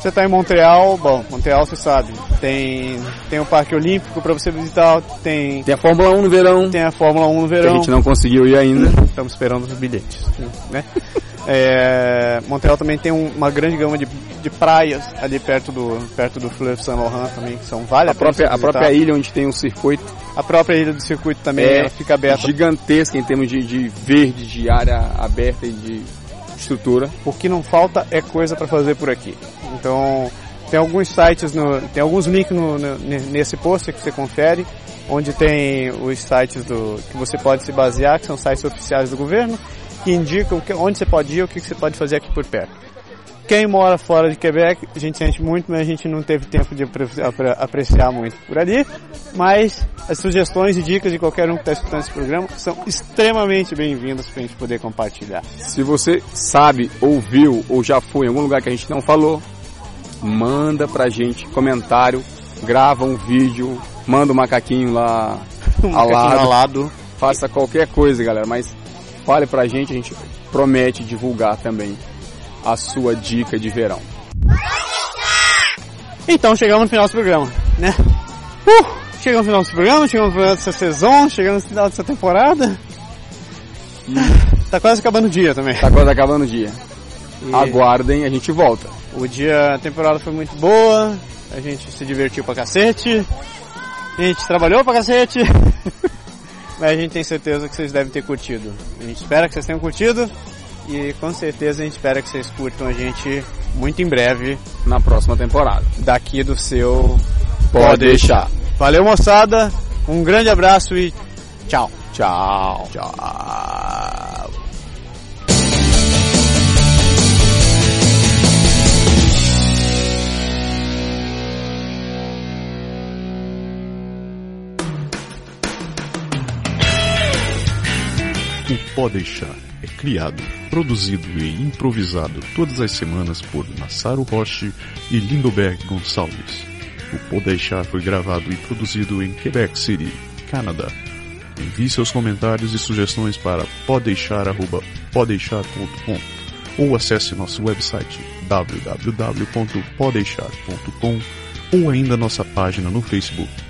Speaker 3: Você está em Montreal, bom, Montreal você sabe, tem tem o Parque Olímpico para você visitar, tem
Speaker 2: Tem a Fórmula 1 no verão.
Speaker 3: Tem a Fórmula 1 no
Speaker 2: Que
Speaker 3: verão.
Speaker 2: a gente não conseguiu ir ainda.
Speaker 3: Estamos esperando os bilhetes, né? É, Montreal também tem um- uma grande gama de, de praias ali perto do perto do Fleuve Saint Laurent também, que são várias
Speaker 2: A própria, a própria ilha onde tem um circuito. É.
Speaker 3: A própria ilha do circuito também ela fica aberta.
Speaker 2: Gigantesca em termos de, de verde, de área aberta e de estrutura.
Speaker 3: O que não falta é coisa para fazer por aqui. Então, tem alguns sites, no, tem alguns links no- no- ne- nesse post que você confere, onde tem os sites do, que você pode se basear, que são sites oficiais do governo, que indicam o que- onde você pode ir, o que que você pode fazer aqui por perto. Quem mora fora de Quebec, a gente sente muito, mas a gente não teve tempo de apre- apre- apreciar muito por ali. Mas as sugestões e dicas de qualquer um que está escutando esse programa são extremamente bem-vindas para a gente poder compartilhar.
Speaker 2: Se você sabe, ouviu ou já foi em algum lugar que a gente não falou, manda pra gente comentário, grava um vídeo, manda o macaquinho lá
Speaker 3: Um macaquinho
Speaker 2: alado,
Speaker 3: alado.
Speaker 2: faça qualquer coisa, galera, mas fale pra gente, a gente promete divulgar também a sua dica de verão.
Speaker 3: Então chegamos no final do programa, né? Uh, chegamos no final do programa, chegamos no final dessa saison, chegamos no final dessa temporada. Tá quase acabando o dia também.
Speaker 2: Hum. Tá quase acabando o dia.
Speaker 3: E-
Speaker 2: Aguardem, a gente volta.
Speaker 3: O dia, a temporada foi muito boa, a gente se divertiu pra cacete, a gente trabalhou pra cacete, mas a gente tem certeza que vocês devem ter curtido. A gente espera que vocês tenham curtido e com certeza a gente espera que vocês curtam a gente muito em breve
Speaker 2: na próxima temporada.
Speaker 3: Daqui do seu
Speaker 2: Pode deixar.
Speaker 3: Valeu moçada, um grande abraço e tchau.
Speaker 2: Tchau.
Speaker 3: Tchau.
Speaker 1: O Podeixar é criado, produzido e improvisado todas as semanas por Massaro Roche e Lindoberg Gonçalves. O Podeixar foi gravado e produzido em Quebec City, Canadá. Envie seus comentários e sugestões para podeixar.podeixar.com ou acesse nosso website www.podeixar.com ou ainda nossa página no Facebook